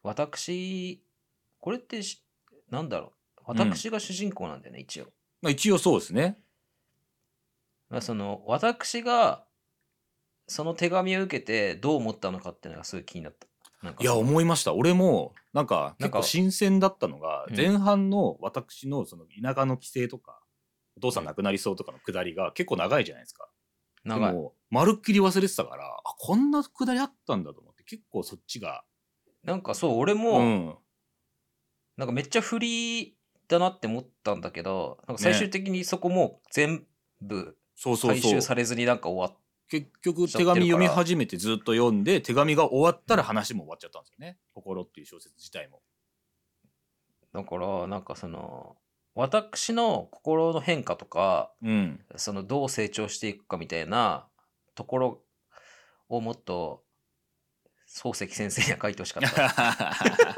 [SPEAKER 1] 私これってしなんだろう
[SPEAKER 3] うん
[SPEAKER 1] 私が主人公なんだよね、一応
[SPEAKER 3] まあ、一応そうですね。
[SPEAKER 1] まあその私がその手紙を受けてどう思ったのかっていうのがすごい気になったなんか
[SPEAKER 3] いや、
[SPEAKER 1] その
[SPEAKER 3] 思いました。俺も、なんか、
[SPEAKER 1] なん
[SPEAKER 3] 結
[SPEAKER 1] か
[SPEAKER 3] 構新鮮だったのが、
[SPEAKER 1] うん
[SPEAKER 3] 前半の私のその田舎の帰省とか、お父さん亡くなりそうとかのくだりが結構長いじゃないですか。
[SPEAKER 1] 長い
[SPEAKER 3] でも、まるっきり忘れてたから、あ、こんなくだりあったんだと思って、結構そっちが、
[SPEAKER 1] なんかそう俺も、
[SPEAKER 3] うん。
[SPEAKER 1] なんかめっちゃ振りだなって思ったんだけどなんか最終的にそこもう全部
[SPEAKER 3] そうそう
[SPEAKER 1] 回収
[SPEAKER 3] そ
[SPEAKER 1] さ
[SPEAKER 3] う。
[SPEAKER 1] れずになんか終わっ
[SPEAKER 3] 結局、
[SPEAKER 1] しちゃって
[SPEAKER 3] 手
[SPEAKER 1] るから
[SPEAKER 3] 紙読み始めてずっと読んで、手紙が終わったら話も終わっちゃったんですよね。心っていう小説自体も。
[SPEAKER 1] だからなんかその私の心の変化とか
[SPEAKER 3] うん。
[SPEAKER 1] そのどう成長していくかみたいなところをもっと漱石先生には書いてほしかった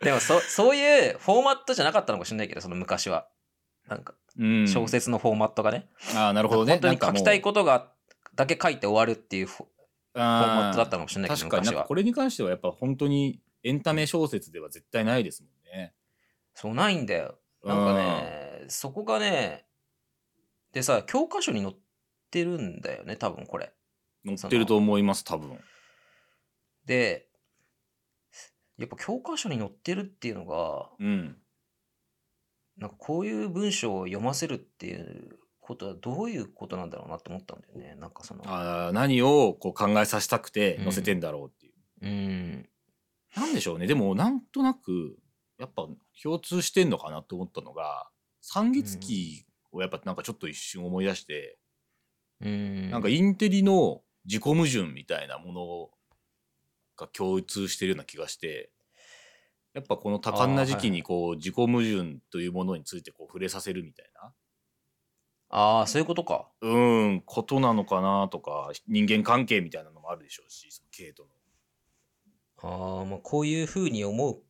[SPEAKER 1] でもそそういうフォーマットじゃなかったのかもしれないけどその昔はなんか
[SPEAKER 3] うん
[SPEAKER 1] 小説のフォーマットがね、
[SPEAKER 3] ああ、なるほどね。
[SPEAKER 1] 本当に書きたい
[SPEAKER 3] こ
[SPEAKER 1] ことがだけ書いて終わるっていうフォ
[SPEAKER 3] と
[SPEAKER 1] フォーマットだったのかもしれないけど
[SPEAKER 3] 確かに、な
[SPEAKER 1] 昔
[SPEAKER 3] んか
[SPEAKER 1] は
[SPEAKER 3] これに関してはやっぱ本当にエンタメ小説では絶対ないですもんね。
[SPEAKER 1] そうないんだよなんかねそこがねでさ教科書に載ってるんだよね多分これ
[SPEAKER 3] うん。載ってると思います、多分。
[SPEAKER 1] でやっぱ教科書に載ってるっていうのが
[SPEAKER 3] うん。
[SPEAKER 1] なんかこういう文章を読ませるっていうことはどういうことなんだろうなって思ったんだよね。なんかその。
[SPEAKER 3] あー何をこう考えさせたくて載せてんだろうっていう。
[SPEAKER 1] うん。
[SPEAKER 3] なんでしょうね。でも、なんとなく、やっぱ共通してんのかなと思ったのが、三月期をやっぱなんかちょっと一瞬思い出して、
[SPEAKER 1] うん。
[SPEAKER 3] なんかインテリの自己矛盾みたいなものが共通してるような気がしてやっぱこの多感な時期にこう自己矛盾というものについてこう触れさせるみたいな
[SPEAKER 1] ああ、そういうことか。
[SPEAKER 3] うーんことなのかなとか人間関係みたいなのもあるでしょうしそのケイトの。
[SPEAKER 1] ああ、まあこういうふうに思う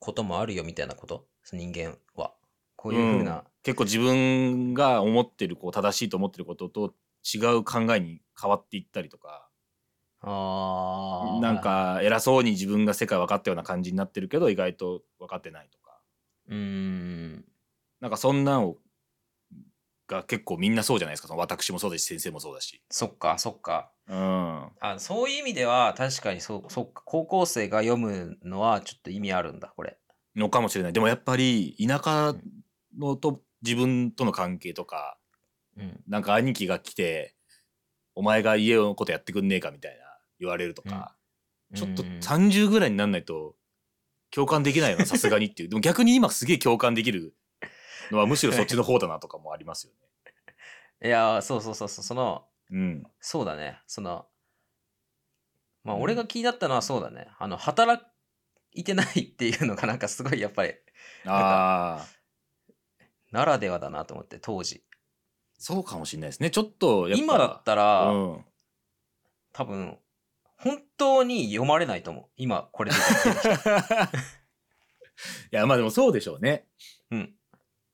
[SPEAKER 1] こともあるよみたいなこと。人間は。こういうふうな。
[SPEAKER 3] 結構自分が思ってるこう正しいと思ってることと違う考えに変わっていったりとか
[SPEAKER 1] ああ。
[SPEAKER 3] なん。か偉そうに自分が世界分かったような感じになってるけど意外と分かってないとか。
[SPEAKER 1] うん。
[SPEAKER 3] なんかそんなんをが結構みんなそうじゃないですかその私もそうだし先生もそうだし。
[SPEAKER 1] そっか、そっか。
[SPEAKER 3] うん、
[SPEAKER 1] あそういう意味では確かにそう、そっか。高校生が読むのはちょっと意味あるんだ、これ。
[SPEAKER 3] のかもしれないでもやっぱり田舎のと自分との関係とか
[SPEAKER 1] うん。
[SPEAKER 3] なんか兄貴が来て「お前が家のことやってくんねえか」みたいな言われるとか、ちょっと
[SPEAKER 1] うん
[SPEAKER 3] 30ぐらいになんないと共感できな いよなさすがにっていうでも逆に今すげえ共感できるのはむしろそっちの方だなとかもありますよ
[SPEAKER 1] い
[SPEAKER 3] ね。
[SPEAKER 1] やー、そうそうそうそう。その、
[SPEAKER 3] うん、
[SPEAKER 1] そうだね。その、まあ、
[SPEAKER 3] うん
[SPEAKER 1] 俺が気になったのはそうだね。あの、働いてないっていうのがなんかすごいやっぱり、
[SPEAKER 3] ああ
[SPEAKER 1] ならではだなと思って、当時。
[SPEAKER 3] そうかもしれないですねちょっとやっぱ
[SPEAKER 1] 今だったら、
[SPEAKER 3] うん、
[SPEAKER 1] 多分、本当に読まれないと思う。今、これで。
[SPEAKER 3] いやまあでもそうでしょうね。
[SPEAKER 1] うん。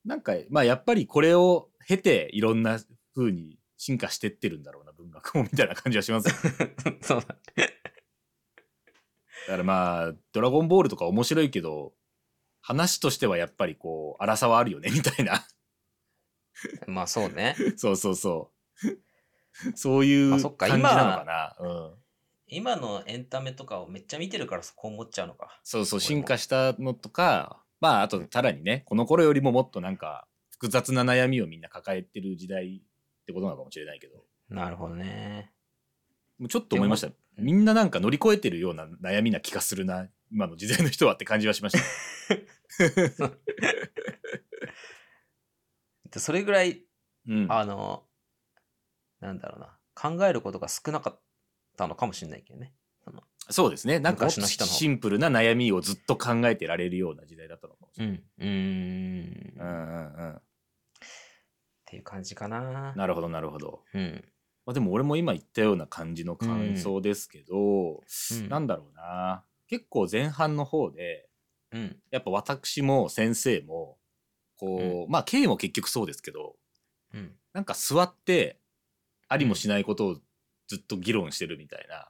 [SPEAKER 3] なんかまあやっぱりこれを経ていろんな風に進化してってるんだろうな文学もみたいな感じは しますよね
[SPEAKER 1] そうだ。
[SPEAKER 3] だからまあ「ドラゴンボール」とか面白いけど話としてはやっぱりこう荒さはあるよねみたいな
[SPEAKER 1] まあ、そうね。
[SPEAKER 3] そうそうそう そういう
[SPEAKER 1] あ
[SPEAKER 3] 感じ
[SPEAKER 1] そ
[SPEAKER 3] なの
[SPEAKER 1] っか
[SPEAKER 3] かなうん、
[SPEAKER 1] 今のエンタメとかをめっちゃ見てるから、そこ思っちゃうのか。
[SPEAKER 3] そうそう
[SPEAKER 1] これも
[SPEAKER 3] 進化したのとかまああとさらにねこの頃よりももっとなんか複雑な悩みをみんな抱えてる時代ってことなのかもしれないけど
[SPEAKER 1] なるほどね。
[SPEAKER 3] もうちょっと思いました。
[SPEAKER 1] うん
[SPEAKER 3] みんななんか乗り越えてるような悩みな気がするな。今の時代の人はって感じはし ました。
[SPEAKER 1] でそれぐらい、
[SPEAKER 3] うん。
[SPEAKER 1] あの、なんだろうな。考えることが少なかったのかもしれないけどね。
[SPEAKER 3] そうですね。なんか
[SPEAKER 1] 昔の人の
[SPEAKER 3] シンプルな悩みをずっと考えてられるような時代だったのかもし
[SPEAKER 1] う
[SPEAKER 3] れない。
[SPEAKER 1] ん。うーん。っ
[SPEAKER 3] うんうんうん。
[SPEAKER 1] ていう感じかな。
[SPEAKER 3] なるほど、なるほど。
[SPEAKER 1] うん。
[SPEAKER 3] まあ、でも俺も今言ったような感じの感想ですけど、
[SPEAKER 1] うん
[SPEAKER 3] なんだろうな。結構前半の方で、
[SPEAKER 1] うん。
[SPEAKER 3] やっぱ私も先生も、こう、まあ、経営も結局そうですけど、
[SPEAKER 1] うん。
[SPEAKER 3] なんか座って、ありもしないことをずっと議論してるみたいな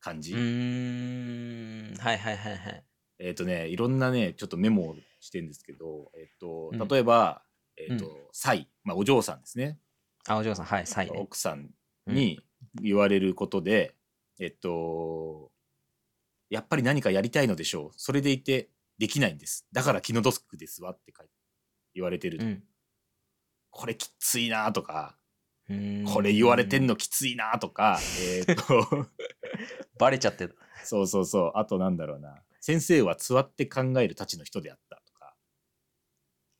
[SPEAKER 3] 感じ。
[SPEAKER 1] うーん。はいはいはいはい。
[SPEAKER 3] えっ、とね、いろんなね、ちょっとメモをしてんですけど、えっ、
[SPEAKER 1] うん
[SPEAKER 3] と、例えば、えっ、と
[SPEAKER 1] う、
[SPEAKER 3] サイ、まあ、お嬢さんですね、
[SPEAKER 1] あ、お嬢さん、はい、サイね。
[SPEAKER 3] 奥さんに言われることで、えっと、やっぱり何かやりたいのでしょう。それでいて、できないんです。だから気の毒ですわって書いて言われてる
[SPEAKER 1] う
[SPEAKER 3] と、
[SPEAKER 1] ん。
[SPEAKER 3] これきついなとか、
[SPEAKER 1] うーん
[SPEAKER 3] これ言われてんのきついなとか、えっ と、
[SPEAKER 1] バレちゃってる。
[SPEAKER 3] そうそうそう、あとなんだろうな、先生は座って考えるたちの人であったとか、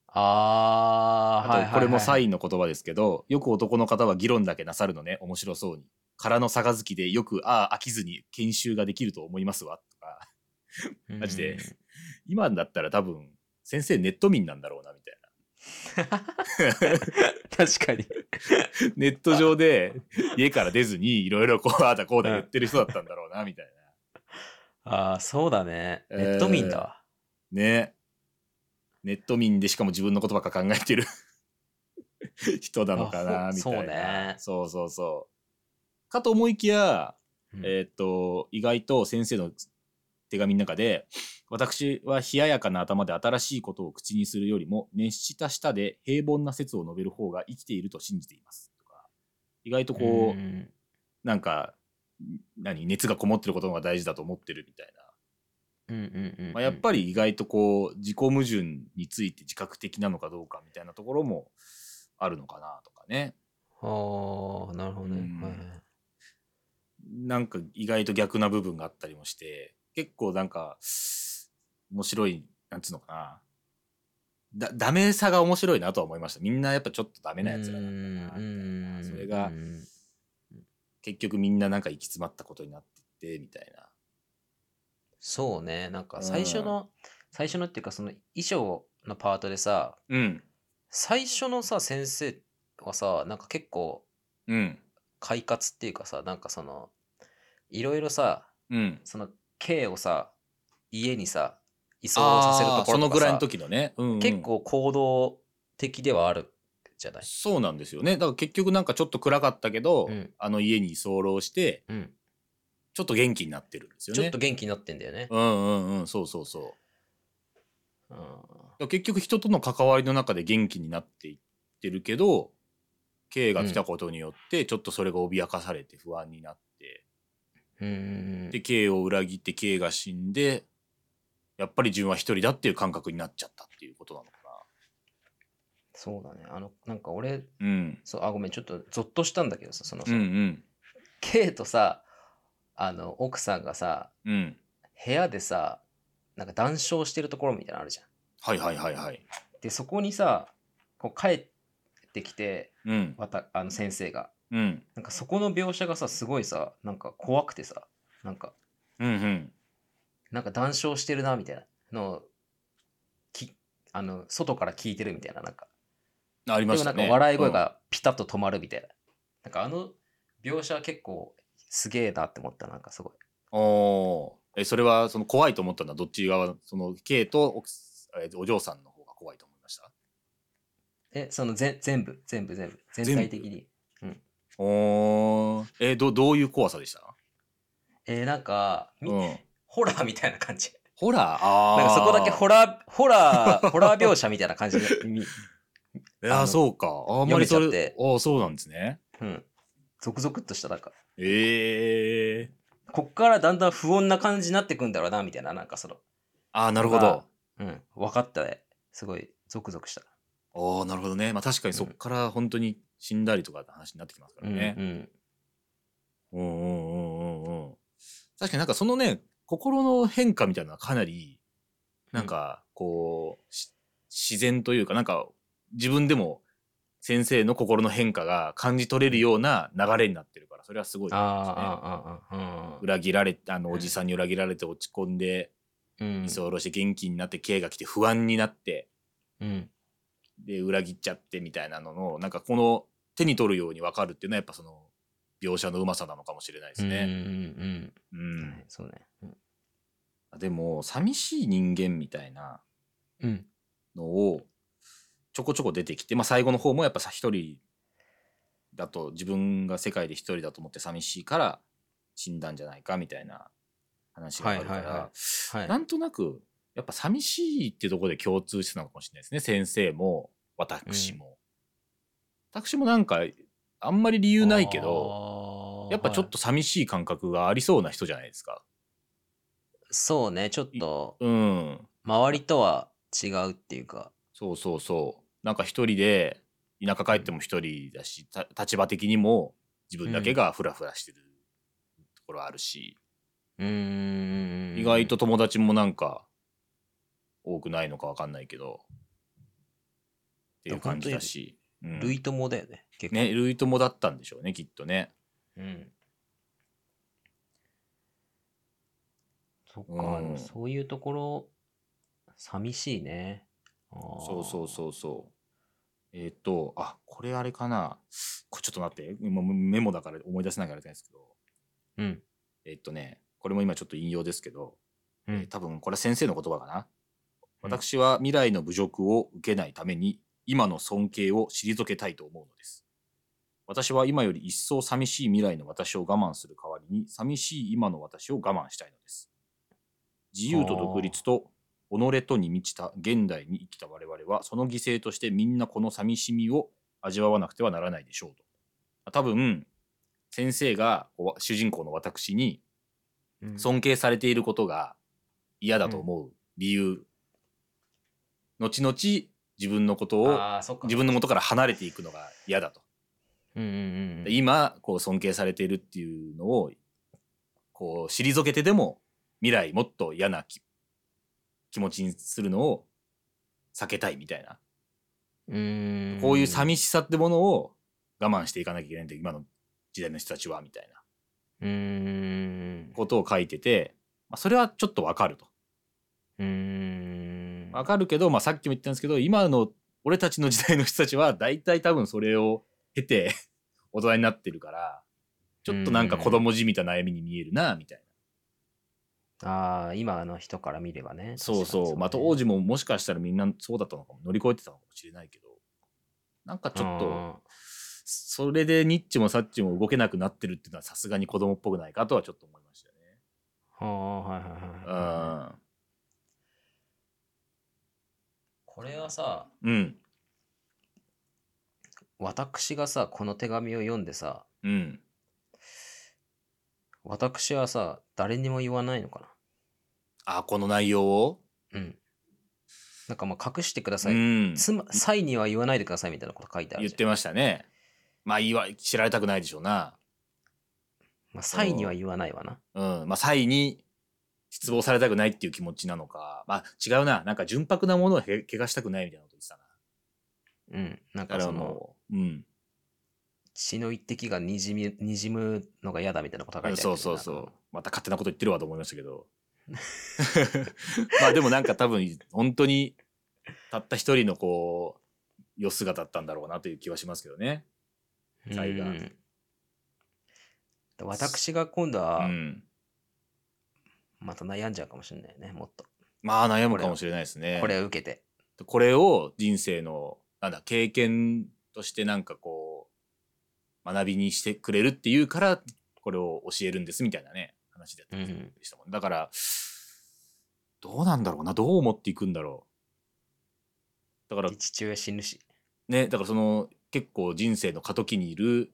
[SPEAKER 1] あー、はいはい
[SPEAKER 3] あ
[SPEAKER 1] は
[SPEAKER 3] と
[SPEAKER 1] い
[SPEAKER 3] これもサインの言葉ですけど、よく男の方は議論だけなさるのね面白そうに空の杯でよくああ飽きずに研修ができると思いますわとかマジで今だったら多分先生ネット民なんだろうなみたい
[SPEAKER 1] 確かに。
[SPEAKER 3] なネット上で家から出ずにいろいろこうああだこうだ言ってる人だったんだろうなみたい
[SPEAKER 1] ああ、そうだね。
[SPEAKER 3] え
[SPEAKER 1] ネ
[SPEAKER 3] ー
[SPEAKER 1] ット民だわ。
[SPEAKER 3] なねネット民でしかも自分のことばっか考え てる人なのかな
[SPEAKER 1] あ
[SPEAKER 3] み
[SPEAKER 1] ほ
[SPEAKER 3] たいな
[SPEAKER 1] そうね
[SPEAKER 3] そうそうそうかと思いきやえーっと、意外と先生の手紙の中で、私は冷ややかな頭で新しいことを口にするよりも、熱した舌で平凡な説を述べる方が生きていると信じています。とか、意外とこう、
[SPEAKER 1] ん
[SPEAKER 3] なんか、ん何、熱がこもってることの方が大事だと思ってるみたい
[SPEAKER 1] うんうんうんうん
[SPEAKER 3] な。まあ、やっぱり意外とこう、自己矛盾について自覚的なのかどうかみたいなところもあるのかなとかね。
[SPEAKER 1] あーなるほどね。
[SPEAKER 3] うん
[SPEAKER 1] はいはい
[SPEAKER 3] なんか意外と逆な部分があったりもして、結構なんか、面白い、なんつうのかな。だ、ダメさが面白いなとは思いました。みんなやっぱちょっとダメなやつらなんだな
[SPEAKER 1] う
[SPEAKER 3] みたいな。
[SPEAKER 1] ん
[SPEAKER 3] それが
[SPEAKER 1] うん
[SPEAKER 3] 結局みんななんか行き詰まったことになってって、みたいな。
[SPEAKER 1] そうね。なんか最初の、最初のっていうかその衣装のパートでさ、
[SPEAKER 3] うん。
[SPEAKER 1] 最初のさ、先生はさ、なんか結構
[SPEAKER 3] うん。
[SPEAKER 1] 快活っていうかさ、なんかその、いろいろさ、
[SPEAKER 3] うん。
[SPEAKER 1] その K をさ、家にさ、移送
[SPEAKER 3] あ
[SPEAKER 1] さ
[SPEAKER 3] あ
[SPEAKER 1] せるところとかさ
[SPEAKER 3] そのぐらいの時のね。うんうん
[SPEAKER 1] 結。構行動的ではあるじゃない。
[SPEAKER 3] そうなんですよね。だから結局なんかちょっと暗かったけど、
[SPEAKER 1] うん
[SPEAKER 3] あの家に居候して、
[SPEAKER 1] うん、
[SPEAKER 3] ちょっと元気になってるんですよ
[SPEAKER 1] ちょっ
[SPEAKER 3] ね
[SPEAKER 1] と。元気になってんだよね。
[SPEAKER 3] うんうんうん。そうそうそ
[SPEAKER 1] う
[SPEAKER 3] う。
[SPEAKER 1] ん
[SPEAKER 3] だから結局人との関わりの中で元気になっていってるけど K が来たことによってちょっとそれが脅かされて不安になって、
[SPEAKER 1] うんうん
[SPEAKER 3] で K を裏切って K が死んでやっぱり自分は一人だっていう感覚になっちゃったっていうことなのか
[SPEAKER 1] そうだね。あの、なんか俺、
[SPEAKER 3] な。うん、
[SPEAKER 1] そう、あ、ごめん、ちょっとゾッとしたんだけどさ、その、
[SPEAKER 3] うんうん、
[SPEAKER 1] K とさ、あの、奥さんがさ、
[SPEAKER 3] うん、
[SPEAKER 1] 部屋でさ、なんか談笑してるところみたいなのあるじゃん。
[SPEAKER 3] はいはいはいはい。
[SPEAKER 1] で、そこにさ、こう帰ってきて、
[SPEAKER 3] うん
[SPEAKER 1] また、あの、先生が。
[SPEAKER 3] うん
[SPEAKER 1] なんかそこの描写がさ、すごいさ、なんか怖くてさ、なんか、
[SPEAKER 3] うんうん
[SPEAKER 1] なんか談笑してるなみたいなのをきあの外から聞いてるみたいななんか
[SPEAKER 3] あ
[SPEAKER 1] で
[SPEAKER 3] りま
[SPEAKER 1] も
[SPEAKER 3] し
[SPEAKER 1] な
[SPEAKER 3] た
[SPEAKER 1] んか
[SPEAKER 3] ね。
[SPEAKER 1] 笑い声がピタッと止まるみたいな、なんかあの描写は結構すげえなって思ったなんかすごい
[SPEAKER 3] うん。おーえそれはその怖いと思ったのはどっち側その K と奥すえお嬢さんの方が怖いと思いました
[SPEAKER 1] えそのぜ全部全部全部全体的に
[SPEAKER 3] おーえどどういう怖さでした
[SPEAKER 1] えーなんか、み
[SPEAKER 3] うん、
[SPEAKER 1] ホラーみたいな感じ
[SPEAKER 3] ホラーあー
[SPEAKER 1] なんかそこだけホラーホラーホラー描写みたいな感じで、み
[SPEAKER 3] いや
[SPEAKER 1] あの
[SPEAKER 3] そうかあんまりそ
[SPEAKER 1] 読めちゃっ
[SPEAKER 3] れ
[SPEAKER 1] て
[SPEAKER 3] ああそうなんですね
[SPEAKER 1] うん、ゾクゾクっとしたなんか
[SPEAKER 3] ええ
[SPEAKER 1] こっからだんだん不穏な感じになってくんだろうなみたいななんかその、
[SPEAKER 3] ああなるほ
[SPEAKER 1] まあ
[SPEAKER 3] ど
[SPEAKER 1] うん、分かったねすごいゾクゾクした
[SPEAKER 3] ああなるほどねまあ確かにそこから本当に死んだりとかって話になってきますからね
[SPEAKER 1] うんうん
[SPEAKER 3] うんうんうんうんうん確かになんかそのね心の変化みたいなのはかなりなんかこう、し自然というかなんか自分でも先生の心の変化が感じ取れるような流れになってるからそれはすごいと思いますね
[SPEAKER 1] ああああああ
[SPEAKER 3] 裏切られあの
[SPEAKER 1] うん
[SPEAKER 3] おじさんに裏切られて落ち込んで
[SPEAKER 1] うん
[SPEAKER 3] 居候して元気になって K が来て不安になって
[SPEAKER 1] うん
[SPEAKER 3] で裏切っちゃってみたいなののなんかこの手に取るように分かるっていうのはやっぱその描写のうまさなのかもしれないです
[SPEAKER 1] うん
[SPEAKER 3] ね。
[SPEAKER 1] うん
[SPEAKER 3] う
[SPEAKER 1] うんん、はいそうねうん
[SPEAKER 3] でも寂しい人間みたいな
[SPEAKER 1] うん
[SPEAKER 3] のをちょこちょこ出てきて、まあ、最後の方もやっぱさ一人だと自分が世界で一人だと思って寂しいから死んだんじゃないかみたいな話があるから、
[SPEAKER 1] はいはいははい
[SPEAKER 3] なんとなくやっぱ寂しいってところで共通してたのかもしれないですね先生も私も、私もなんかあんまり理由ないけ
[SPEAKER 1] ど
[SPEAKER 3] どやっぱちょっと寂しい感覚がありそうな人じゃないですか。
[SPEAKER 1] そうねちょっと
[SPEAKER 3] うん
[SPEAKER 1] 周りとは違うっていうか
[SPEAKER 3] そうそうそう。なんか一人で田舎帰っても一人だし、た立場的にも自分だけがフラフラしてるところあるし、
[SPEAKER 1] うーん
[SPEAKER 3] 意外と友達もなんか多くないのかわかんないけど、っていう感じだし。うん
[SPEAKER 1] 類友だよね結構
[SPEAKER 3] ね、ルイともだったんでしょうね、きっとね。
[SPEAKER 1] うんそっか、
[SPEAKER 3] うん
[SPEAKER 1] そういうところ寂しいね
[SPEAKER 3] そうそう
[SPEAKER 1] う
[SPEAKER 3] そうそう。えっ、と、あ、これあれかな。これちょっと待って、今メモだから思い出せないからあれなんですけど、
[SPEAKER 1] うん
[SPEAKER 3] えっ、とね、これも今ちょっと引用ですけど、
[SPEAKER 1] う
[SPEAKER 3] えー
[SPEAKER 1] ん
[SPEAKER 3] 多分これは先生の言葉かな。
[SPEAKER 1] うん
[SPEAKER 3] 私は未来の侮辱を受けないために今の尊敬を退けたいと思うのです。私は今より一層寂しい未来の私を我慢する代わりに寂しい今の私を我慢したいのです。自由と独立と己とに満ちた現代に生きた我々はその犠牲としてみんなこの寂しみを味わわなくてはならないでしょうと。多分先生がこう主人公の私に
[SPEAKER 1] うん
[SPEAKER 3] 尊敬されていることが嫌だと思う理由、後々自分のことを
[SPEAKER 1] あーそっか
[SPEAKER 3] 自分の元から離れていくのが嫌だと、
[SPEAKER 1] うんうんうん
[SPEAKER 3] 今こう尊敬されているっていうのをこう退けてでも未来もっと嫌なき気持ちにするのを避けたいみたいな、
[SPEAKER 1] うん
[SPEAKER 3] こういう寂しさってものを我慢していかなきゃいけないんだよ今の時代の人たちはみたいな
[SPEAKER 1] うん
[SPEAKER 3] ことを書いてて、まあ、それはちょっとわかると。
[SPEAKER 1] うん
[SPEAKER 3] わかるけど、まあ、さっきも言ったんですけど今の俺たちの時代の人たちは大体多分それを経て 大人になってるからちょっとなんか子供じみた悩みに見えるなみたい
[SPEAKER 1] ああ今の人から見ればね
[SPEAKER 3] なそうそうまあ当時ももしかしたらみんなそうだったのかも乗り越えてたのかもしれないけどなんかちょっと
[SPEAKER 1] と
[SPEAKER 3] それでニッチもサッチも動けなくなってるっていうのはさすがに子供っぽくないかとはちょっと思いましたね。
[SPEAKER 1] ああはいは
[SPEAKER 3] う
[SPEAKER 1] いはい
[SPEAKER 3] ん
[SPEAKER 1] これはさ
[SPEAKER 3] うん
[SPEAKER 1] 私がさこの手紙を読んでさ
[SPEAKER 3] うん
[SPEAKER 1] 私はさ誰にも言わないのか
[SPEAKER 3] あこの内容を、
[SPEAKER 1] なうんなんかまあ隠してくだ
[SPEAKER 3] う
[SPEAKER 1] さい、
[SPEAKER 3] ん、
[SPEAKER 1] つま、際には言わないでくださいみたいなこと書いてある
[SPEAKER 3] 言っ
[SPEAKER 1] じゃん
[SPEAKER 3] てましたね。まあ言わ知られたくないでしょうな。
[SPEAKER 1] まあ、際には言わないわな
[SPEAKER 3] うん、まあ、際に失望されたくないっていう気持ちなのか、まあ、違うな、なんか純白なものをへ怪我したくないみたいなこと言ってたな。
[SPEAKER 1] うんなん
[SPEAKER 3] だ
[SPEAKER 1] か
[SPEAKER 3] から
[SPEAKER 1] その
[SPEAKER 3] もう、うん、
[SPEAKER 1] 血の一滴がにじみにじむのが嫌だみたいなこと書いてあるけど
[SPEAKER 3] そうそうそう、また勝手なこと言ってるわと思いました けど。まあ、でもなんか多分、本当に、たった一人のこう、よ姿だったんだろうなという気はしますけどね。
[SPEAKER 1] うん
[SPEAKER 3] 際が
[SPEAKER 1] 私が今度
[SPEAKER 3] う
[SPEAKER 1] は
[SPEAKER 3] ん。
[SPEAKER 1] また悩んじゃうかもしれないよねもっと
[SPEAKER 3] まあ、悩むかもしれないですね。
[SPEAKER 1] これを受けて
[SPEAKER 3] これを人生のなんだ経験としてなんかこう学びにしてくれるっていうからこれを教えるんですみたいなね話だったり
[SPEAKER 1] うん
[SPEAKER 3] したもんね、だからどうなんだろうなどう思っていくんだろうだから
[SPEAKER 1] で父親死ぬし
[SPEAKER 3] ねだからその結構人生の過渡期にいる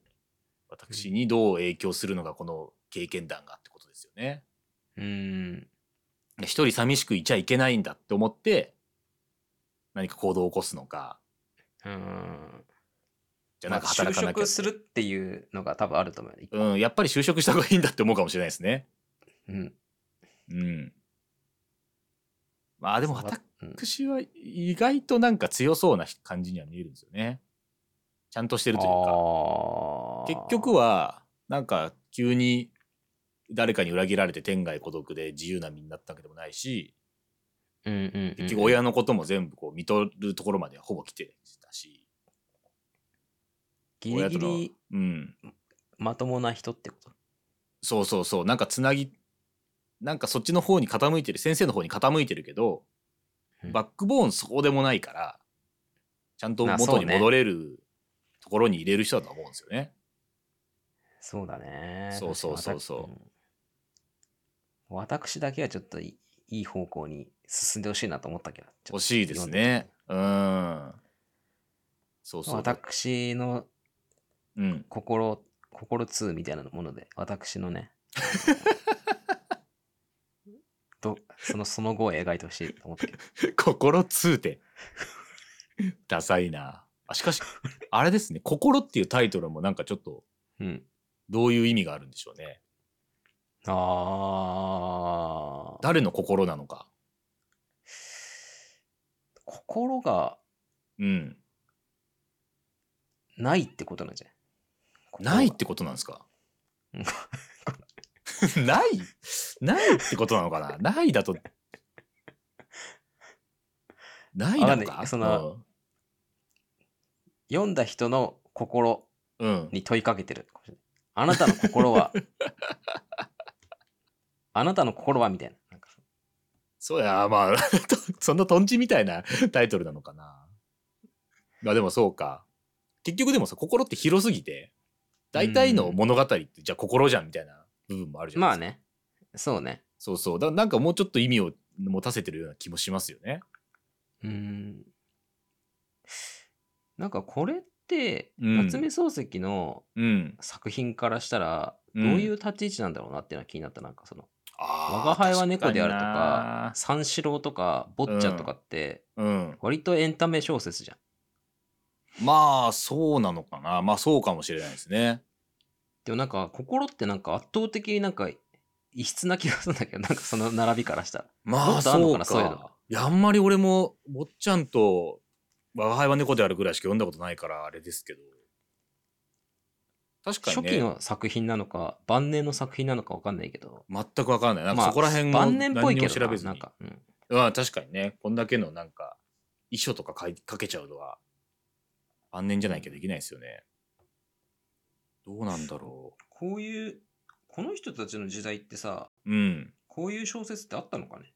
[SPEAKER 3] 私にどう影響するのがこの経験談がってことですよね。
[SPEAKER 1] うん
[SPEAKER 3] 一人寂しくいちゃいけないんだって思って何か行動を起こすのか
[SPEAKER 1] うん
[SPEAKER 3] じゃあなんか
[SPEAKER 1] まあ
[SPEAKER 3] 働かなきゃ
[SPEAKER 1] 就職するっていうのが多分あると思うよね
[SPEAKER 3] うん、やっぱり就職した方がいいんだって思うかもしれないですね。
[SPEAKER 1] うん
[SPEAKER 3] うん。まあでも
[SPEAKER 1] そうだうん
[SPEAKER 3] 私は意外となんか強そうな感じには見えるんですよね。ちゃんとしてるというか
[SPEAKER 1] あ
[SPEAKER 3] 結局はなんか急に誰かに裏切られて天涯孤独で自由な身になったわけでもないし
[SPEAKER 1] うんうんうん、
[SPEAKER 3] 結局親のことも全部こう見とるところまでほぼ来てたし、
[SPEAKER 1] ギリギ
[SPEAKER 3] 親
[SPEAKER 1] リ
[SPEAKER 3] とのうん、
[SPEAKER 1] まともな人ってこと
[SPEAKER 3] そうそうそうなんかつなぎなんかそっちの方に傾いてる先生の方に傾いてるけど、
[SPEAKER 1] うん
[SPEAKER 3] バックボーンそうでもないからちゃんと
[SPEAKER 1] まあ
[SPEAKER 3] 元
[SPEAKER 1] そ
[SPEAKER 3] に
[SPEAKER 1] うね
[SPEAKER 3] 戻れるところに入れる人だと思うんですよね。
[SPEAKER 1] そうだね
[SPEAKER 3] そうそうそうそう
[SPEAKER 1] 確かに私,、私だけはちょっといいいい方向に進んでほしいなと思ったけどちょっと
[SPEAKER 3] 欲しいですね。うん。そうそう。
[SPEAKER 1] 私の
[SPEAKER 3] うん、
[SPEAKER 1] 心心2みたいなもので私の ねどそのその後を描いてほしいと思ってる
[SPEAKER 3] 心通点。 ダサいな。あしかし、あれですね。心っていうタイトルもなんかちょっと
[SPEAKER 1] うん
[SPEAKER 3] どういう意味があるんでしょうね。
[SPEAKER 1] ああ
[SPEAKER 3] 誰の心なのか。
[SPEAKER 1] 心が
[SPEAKER 3] うん。
[SPEAKER 1] ないってことなんじゃない心が
[SPEAKER 3] ないってことなんですか
[SPEAKER 1] うん
[SPEAKER 3] ないないってことなのかなないだと。ないな
[SPEAKER 1] わか
[SPEAKER 3] の
[SPEAKER 1] ん
[SPEAKER 3] か
[SPEAKER 1] ないその、読んだ人の心
[SPEAKER 3] うん、うん
[SPEAKER 1] に問いかけてるかもしれないあなたの心 はあなたの心はみたいななんか
[SPEAKER 3] そうや、まあ、 とそんなトンチみたいなタイトルなのかな。まあでもそうか。結局でもさ、心って広すぎて、大体の物語って、じゃあ心じゃんみたいな部分もあるじゃない
[SPEAKER 1] ま
[SPEAKER 3] で
[SPEAKER 1] あ
[SPEAKER 3] すか。
[SPEAKER 1] ねそうね
[SPEAKER 3] そうそう。だからなんかもうちょっと意味を持たせてるような気もしますよね。
[SPEAKER 1] うーんなんかこれって
[SPEAKER 3] うん
[SPEAKER 1] 夏目漱石の
[SPEAKER 3] うん。
[SPEAKER 1] 作品からしたら
[SPEAKER 3] う
[SPEAKER 1] ど
[SPEAKER 3] ん
[SPEAKER 1] ういう立ち位置なんだろうなっていうのは気になったなんかその「
[SPEAKER 3] あー
[SPEAKER 1] 吾輩は猫である」と
[SPEAKER 3] 確
[SPEAKER 1] か
[SPEAKER 3] に
[SPEAKER 1] 「三四郎」とか「坊っちゃん」とかって
[SPEAKER 3] なうん。
[SPEAKER 1] 割とエンタメ小説じゃん。
[SPEAKER 3] まあ、そうなのかな。まあ、そうかもしれないですね。
[SPEAKER 1] でもなんか心ってなんか圧倒的になんか異質な気がするんだけどなんかその並びからしたら。
[SPEAKER 3] ま
[SPEAKER 1] も
[SPEAKER 3] あ、
[SPEAKER 1] っとあんの
[SPEAKER 3] そ
[SPEAKER 1] か
[SPEAKER 3] う
[SPEAKER 1] な
[SPEAKER 3] か。
[SPEAKER 1] そういうのが
[SPEAKER 3] いや、あんまり俺も、坊っちゃんと、我輩は猫であるぐらいしか読んだことないから、あれですけど。確か
[SPEAKER 1] 初
[SPEAKER 3] に
[SPEAKER 1] 期
[SPEAKER 3] ね、
[SPEAKER 1] の作品なのか晩年の作品なのかわかんないけど。
[SPEAKER 3] 全くわからない。なんか
[SPEAKER 1] まあ
[SPEAKER 3] そこら辺も
[SPEAKER 1] 晩年っぽい
[SPEAKER 3] 何
[SPEAKER 1] けど
[SPEAKER 3] も調べ
[SPEAKER 1] な
[SPEAKER 3] ず
[SPEAKER 1] なん
[SPEAKER 3] に。
[SPEAKER 1] か、うん、
[SPEAKER 3] まあ、確かにね、こんだけのなんか、遺書とか書いかけちゃうのは、晩年じゃないきゃできないですよね。どうなんだろ
[SPEAKER 1] こういうこの人たちの時代ってさ
[SPEAKER 3] う。うん。
[SPEAKER 1] こういう小説ってあったのかね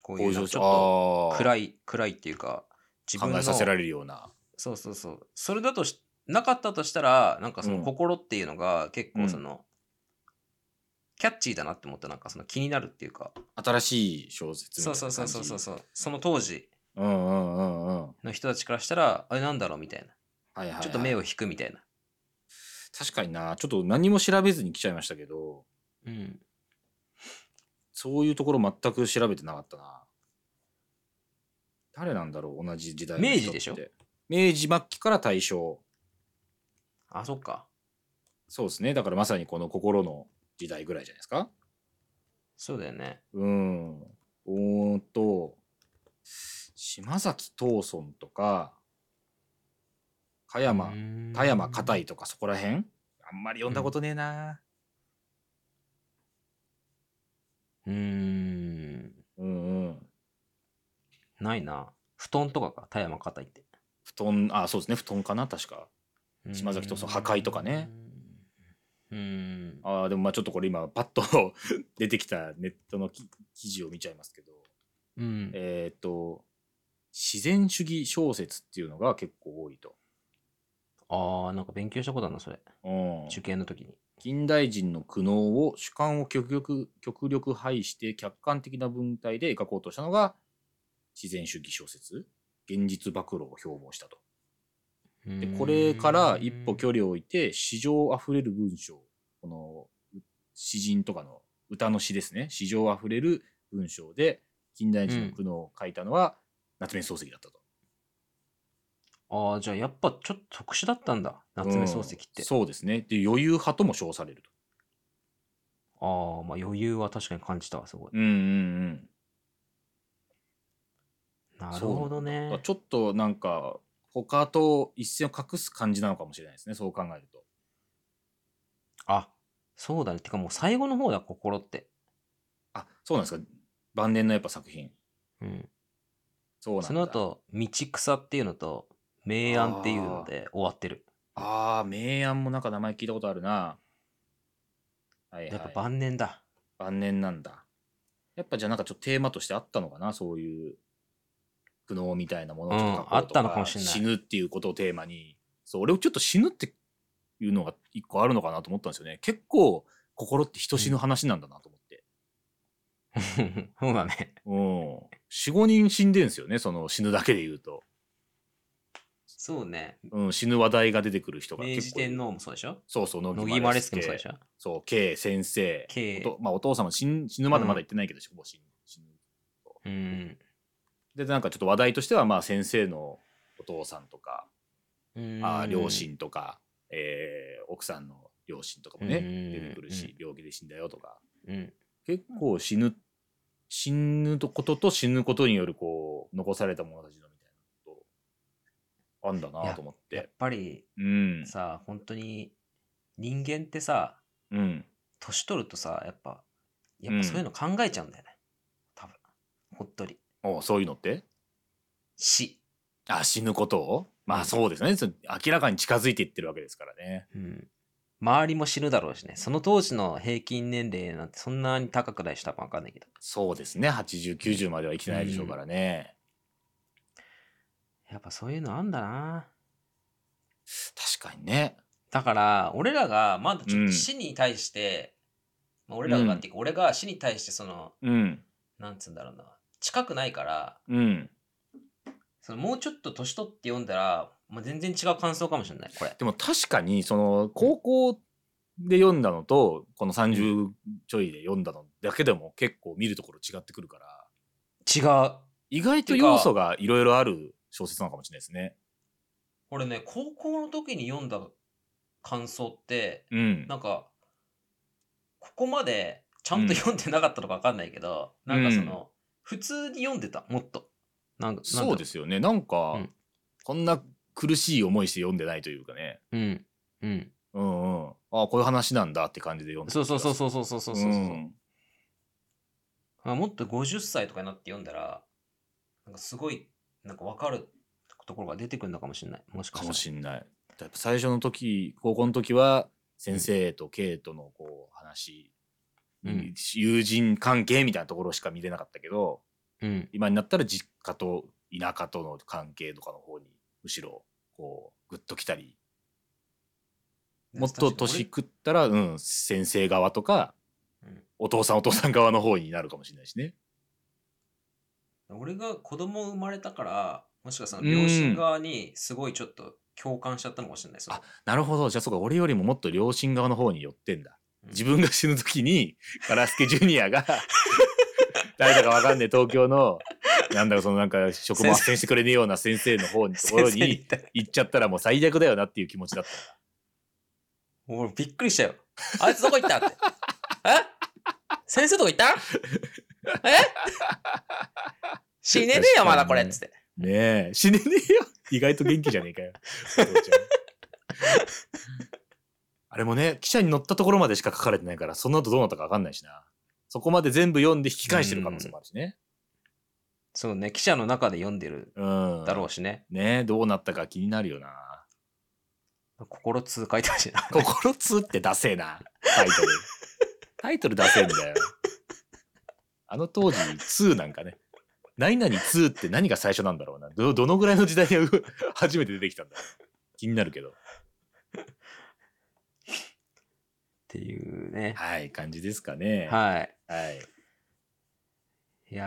[SPEAKER 1] こう
[SPEAKER 3] こう
[SPEAKER 1] い
[SPEAKER 3] いうう
[SPEAKER 1] ちょ
[SPEAKER 3] 状
[SPEAKER 1] っ
[SPEAKER 3] 況
[SPEAKER 1] と
[SPEAKER 3] あー
[SPEAKER 1] 暗い暗いっていうか自
[SPEAKER 3] 考
[SPEAKER 1] 分の
[SPEAKER 3] えさせられるような。
[SPEAKER 1] そうそうそうそれだとしなかったとしたらなんかそうの
[SPEAKER 3] ん
[SPEAKER 1] 心っていうのが結構その、キャッチーだなって思ってなんかその気になるっていうか
[SPEAKER 3] 新しい小説みた
[SPEAKER 1] そ
[SPEAKER 3] いうな
[SPEAKER 1] そう
[SPEAKER 3] 感じ
[SPEAKER 1] そうそうそうそうその当時
[SPEAKER 3] うんうんうんうんは
[SPEAKER 1] の人たちからしたらあれなんだろうみたい
[SPEAKER 3] いはいはい、
[SPEAKER 1] なちょっと目を引くみたいな、
[SPEAKER 3] 確かになちょっと何も調べずに来ちゃいましたけど
[SPEAKER 1] うん
[SPEAKER 3] そういうところ全く調べてなかったな誰なんだろう同じ時代
[SPEAKER 1] 明治でしょ
[SPEAKER 3] 明治末期から大正
[SPEAKER 1] あそっか
[SPEAKER 3] そうですねだからまさにこの心の時代ぐらいじゃないですか
[SPEAKER 1] そうだよね
[SPEAKER 3] うんおーんと島崎藤村とか加山、田山
[SPEAKER 1] 硬
[SPEAKER 3] 硬いとかそこら辺あんまり読んだことねえな
[SPEAKER 1] うーん
[SPEAKER 3] うんうん
[SPEAKER 1] ないな布団とかか田山硬いって
[SPEAKER 3] 布団あそうですね布団かな確か島崎藤村破壊とかね
[SPEAKER 1] うーん
[SPEAKER 3] あーでもまあちょっとこれ今パッと 出てきたネットのき記事を見ちゃいますけど
[SPEAKER 1] うん
[SPEAKER 3] えーっ、と自然主義小説っていうのが結構多いと、
[SPEAKER 1] ああなんか勉強したことあるなそれ
[SPEAKER 3] うん、
[SPEAKER 1] 受験の時に
[SPEAKER 3] 近代人の苦悩を主観を極力極力排して客観的な文体で描こうとしたのが自然主義小説現実暴露を標榜したとでこれから一歩距離を置いて詩情あふれる文章このう詩人とかの歌の詩ですね詩情あふれる文章で近代人の苦悩を書いたのは夏目漱石だったと、
[SPEAKER 1] ああじゃあやっぱちょっと特殊だったんだ夏目漱石って、
[SPEAKER 3] うんそうですねで余裕派とも称されると
[SPEAKER 1] ああまあ余裕は確かに感じたわすごい、
[SPEAKER 3] うんうん
[SPEAKER 1] なるほど
[SPEAKER 3] うん
[SPEAKER 1] ね
[SPEAKER 3] ちょっとなんか他と一線を隠す感じなのかもしれないですねそう考えると
[SPEAKER 1] あそうだねてかもう最後の方だ心って
[SPEAKER 3] あそうなんですか晩年のやっぱ作品
[SPEAKER 1] うん
[SPEAKER 3] そうなんだ
[SPEAKER 1] その後道草っていうのと明暗っていうので終わってる
[SPEAKER 3] ああ明暗もなんか名前聞いたことあるなはい
[SPEAKER 1] やっぱ
[SPEAKER 3] はい
[SPEAKER 1] 晩年だ、
[SPEAKER 3] 晩年なんだやっぱじゃあなんかちょっとテーマとしてあったのかなそういう苦悩みたいなものをちょと書こうと
[SPEAKER 1] うんあったのかもしれない
[SPEAKER 3] 死ぬっていうことをテーマにそう俺をちょっと死ぬっていうのが一個あるのかなと思ったんですよね結構心って人死ぬ話なんだなと思って、
[SPEAKER 1] そうだね
[SPEAKER 3] うん、45人死んでんですよねその死ぬだけで言うと、
[SPEAKER 1] そうね
[SPEAKER 3] うん、死ぬ話題が出てくる人が
[SPEAKER 1] 明治
[SPEAKER 3] 結構いる
[SPEAKER 1] 天皇もそうでしょ
[SPEAKER 3] そうそう
[SPEAKER 1] 乃
[SPEAKER 3] 乃
[SPEAKER 1] 木
[SPEAKER 3] 木
[SPEAKER 1] マ
[SPEAKER 3] マ
[SPEAKER 1] レ
[SPEAKER 3] レ
[SPEAKER 1] ス
[SPEAKER 3] ス
[SPEAKER 1] ケ
[SPEAKER 3] ケ
[SPEAKER 1] もそうでしょ
[SPEAKER 3] そう K 先生
[SPEAKER 1] K
[SPEAKER 3] おとまあ、お父様死ん死ぬまでまだ言ってないけど、ほぼ死ぬ死ぬ
[SPEAKER 1] うん
[SPEAKER 3] でなんかちょっと話題としてはまあ先生のお父さんとか、
[SPEAKER 1] うん
[SPEAKER 3] あー両親とか、えー奥さんの両親とかもね、
[SPEAKER 1] うん
[SPEAKER 3] 出てくるし、
[SPEAKER 1] うん
[SPEAKER 3] 病気で死んだよとか
[SPEAKER 1] うん
[SPEAKER 3] 結構死ぬ死ぬことと死ぬことによるこう残された者たちのみたいなことあんだなと思っ
[SPEAKER 1] やってぱり
[SPEAKER 3] うん
[SPEAKER 1] さ本当に人間ってさ
[SPEAKER 3] うん
[SPEAKER 1] 年取るとさやっぱやっぱそういうの考えちゃうんだよね、多分ほっとり
[SPEAKER 3] おそういうのって
[SPEAKER 1] 死
[SPEAKER 3] あ死ぬことをまあそうですね、その明らかに近づいていってるわけですからね
[SPEAKER 1] うん周りも死ぬだろうしねその当時の平均年齢なんてそんなに高くないし多分分かんないけど
[SPEAKER 3] そうですね8090までは生きてないでしょうからね、
[SPEAKER 1] やっぱそういうのあんだな
[SPEAKER 3] 確かにね
[SPEAKER 1] だから俺らがまだちょっ
[SPEAKER 3] うん
[SPEAKER 1] と死に対して、まあ俺らがっていうか俺が死に対してその
[SPEAKER 3] うん
[SPEAKER 1] なんつうんだろうな近くないから
[SPEAKER 3] うん
[SPEAKER 1] そのもうちょっと年取って読んだら、まあ、全然違う感想かもしれないこれ
[SPEAKER 3] でも確かにその高校で読んだのとこの30ちょいで読んだのだけでも結構見るところ違ってくるから
[SPEAKER 1] 違う
[SPEAKER 3] 意外と要素がいろいろある小説なのかもしれないですね。
[SPEAKER 1] 俺ね高校の時に読んだ感想って
[SPEAKER 3] うん
[SPEAKER 1] なんかここまでちゃんと読んでなかったのか分かんないけど、なんかその、普通に読んでたもっとなんか
[SPEAKER 3] そうですすよねなんか、
[SPEAKER 1] うん
[SPEAKER 3] こんな苦しい思いして読んでないというかね
[SPEAKER 1] うんうん
[SPEAKER 3] うんうんあこういう話なんだって感じで読んで
[SPEAKER 1] そうそうそう
[SPEAKER 3] そ
[SPEAKER 1] そうそうそうそううそう、
[SPEAKER 3] ん
[SPEAKER 1] あもっと50歳とかになって読んだらなんかすごいなんか分かるところが出てくるのかもしれないもしか
[SPEAKER 3] か
[SPEAKER 1] し
[SPEAKER 3] も
[SPEAKER 1] たら
[SPEAKER 3] しんない。やっぱ最初の時高校の時は先生とケイとのこう話
[SPEAKER 1] うん
[SPEAKER 3] 友人関係みたいなところしか見れなかったけど
[SPEAKER 1] うん
[SPEAKER 3] 今になったら実家と田舎との関係とかの方にむしろこうグッときたりもっと年食ったら、うん、先生側とか
[SPEAKER 1] うん
[SPEAKER 3] お父さんお父さん側の方になるかもしれないしね。
[SPEAKER 1] 俺が子供生まれたからもしかしたら両親側にすごいちょっと共感しちゃったのかもしれないです、
[SPEAKER 3] あなるほどじゃあそうか俺よりももっと両親側の方に寄ってんだ。
[SPEAKER 1] うん
[SPEAKER 3] 自分が死ぬ時にカラスケジュニアが誰だかわかんねえ東京のなんだかそのなんか職も斡旋してくれねえような先生の方のところ
[SPEAKER 1] 先生
[SPEAKER 3] に
[SPEAKER 1] 言ったら
[SPEAKER 3] 行っちゃったらもう最悪だよなっていう気持ちだった。
[SPEAKER 1] 俺びっくりしたよあいつどこ行ったってえ先生どこ行ったえ死ねねえよまだこれっつって
[SPEAKER 3] ねえ、死ねねえよ。意外と元気じゃねえかよ。お父ちゃんあれもね、記者に乗ったところまでしか書かれてないから、その後どうなったか分かんないしな。そこまで全部読んで引き返してる可能性もあるしね。
[SPEAKER 1] そうね記者の中で読んでる
[SPEAKER 3] うん。
[SPEAKER 1] だろうしね、
[SPEAKER 3] ねえ、どうなったか気になるよな。
[SPEAKER 1] 心痛書いてほしいな
[SPEAKER 3] 心つってダセえな。タイトル。タイトルダセえんだよ。あの当時、2なんかね。何々2って何が最初なんだろうな。ど、どのぐらいの時代に 初めて出てきたんだろう気になるけど。
[SPEAKER 1] っていうね。
[SPEAKER 3] はい、感じですかね。
[SPEAKER 1] はい。
[SPEAKER 3] はい。
[SPEAKER 1] いやー、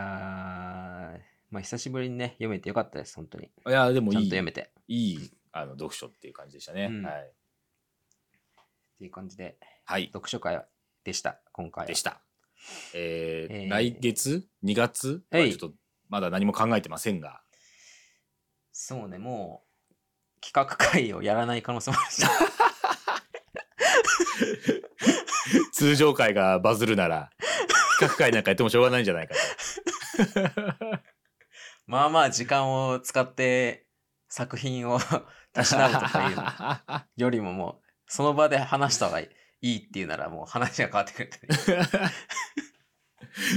[SPEAKER 1] まあ久しぶりにね、読めてよかったです、本当に。
[SPEAKER 3] いや、でも
[SPEAKER 1] ちゃんと
[SPEAKER 3] いい、
[SPEAKER 1] 読めて。っ
[SPEAKER 3] いいあの読書っていう感じでしたね。
[SPEAKER 1] うん
[SPEAKER 3] はい。
[SPEAKER 1] ていう感じで、
[SPEAKER 3] はい。
[SPEAKER 1] 読書会でした、今回は。
[SPEAKER 3] でした。えー
[SPEAKER 1] えー
[SPEAKER 3] 来月、2月は
[SPEAKER 1] はい
[SPEAKER 3] ちょっとまだ何も考えてませんが、
[SPEAKER 1] そうね、もう、企画会をやらない可能性もあるし。
[SPEAKER 3] 通常会がバズるなら、企画会なんかやってもしょうがないんじゃないかと。
[SPEAKER 1] まあまあ時間を使って作品を たしなむとかいう よりももう、その場で話した方がいいっていうならもう話が変わってくる。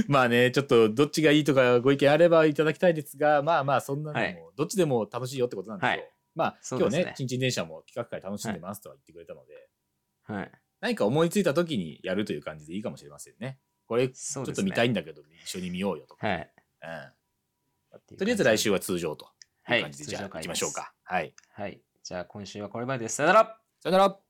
[SPEAKER 3] まあね、ちょっとどっちがいいとかご意見あればいただきたいですが、まあまあそんなのも、
[SPEAKER 1] はい
[SPEAKER 3] どっちでも楽しいよってことなんですよ。
[SPEAKER 1] はい
[SPEAKER 3] まあ
[SPEAKER 1] そうで
[SPEAKER 3] 今
[SPEAKER 1] す
[SPEAKER 3] 日
[SPEAKER 1] ね
[SPEAKER 3] ね、ちんちん電車も企画会楽しんでますとは言ってくれたので、
[SPEAKER 1] はい。
[SPEAKER 3] 何か思いついた時にやるという感じでいいかもしれませんね。これち
[SPEAKER 1] そ
[SPEAKER 3] ょ
[SPEAKER 1] う
[SPEAKER 3] っ
[SPEAKER 1] ですね。
[SPEAKER 3] と見たいんだけど、一緒に見ようよとか、
[SPEAKER 1] はい。
[SPEAKER 3] うん。とりあえず来週は通常とい
[SPEAKER 1] は
[SPEAKER 3] う
[SPEAKER 1] い。
[SPEAKER 3] 感じで、じゃあ
[SPEAKER 1] 通常
[SPEAKER 3] 行
[SPEAKER 1] 会
[SPEAKER 3] き
[SPEAKER 1] で
[SPEAKER 3] ますしょう。か。はい。
[SPEAKER 1] はい。じゃあ今週はこれまでです。さよなら
[SPEAKER 3] さよなら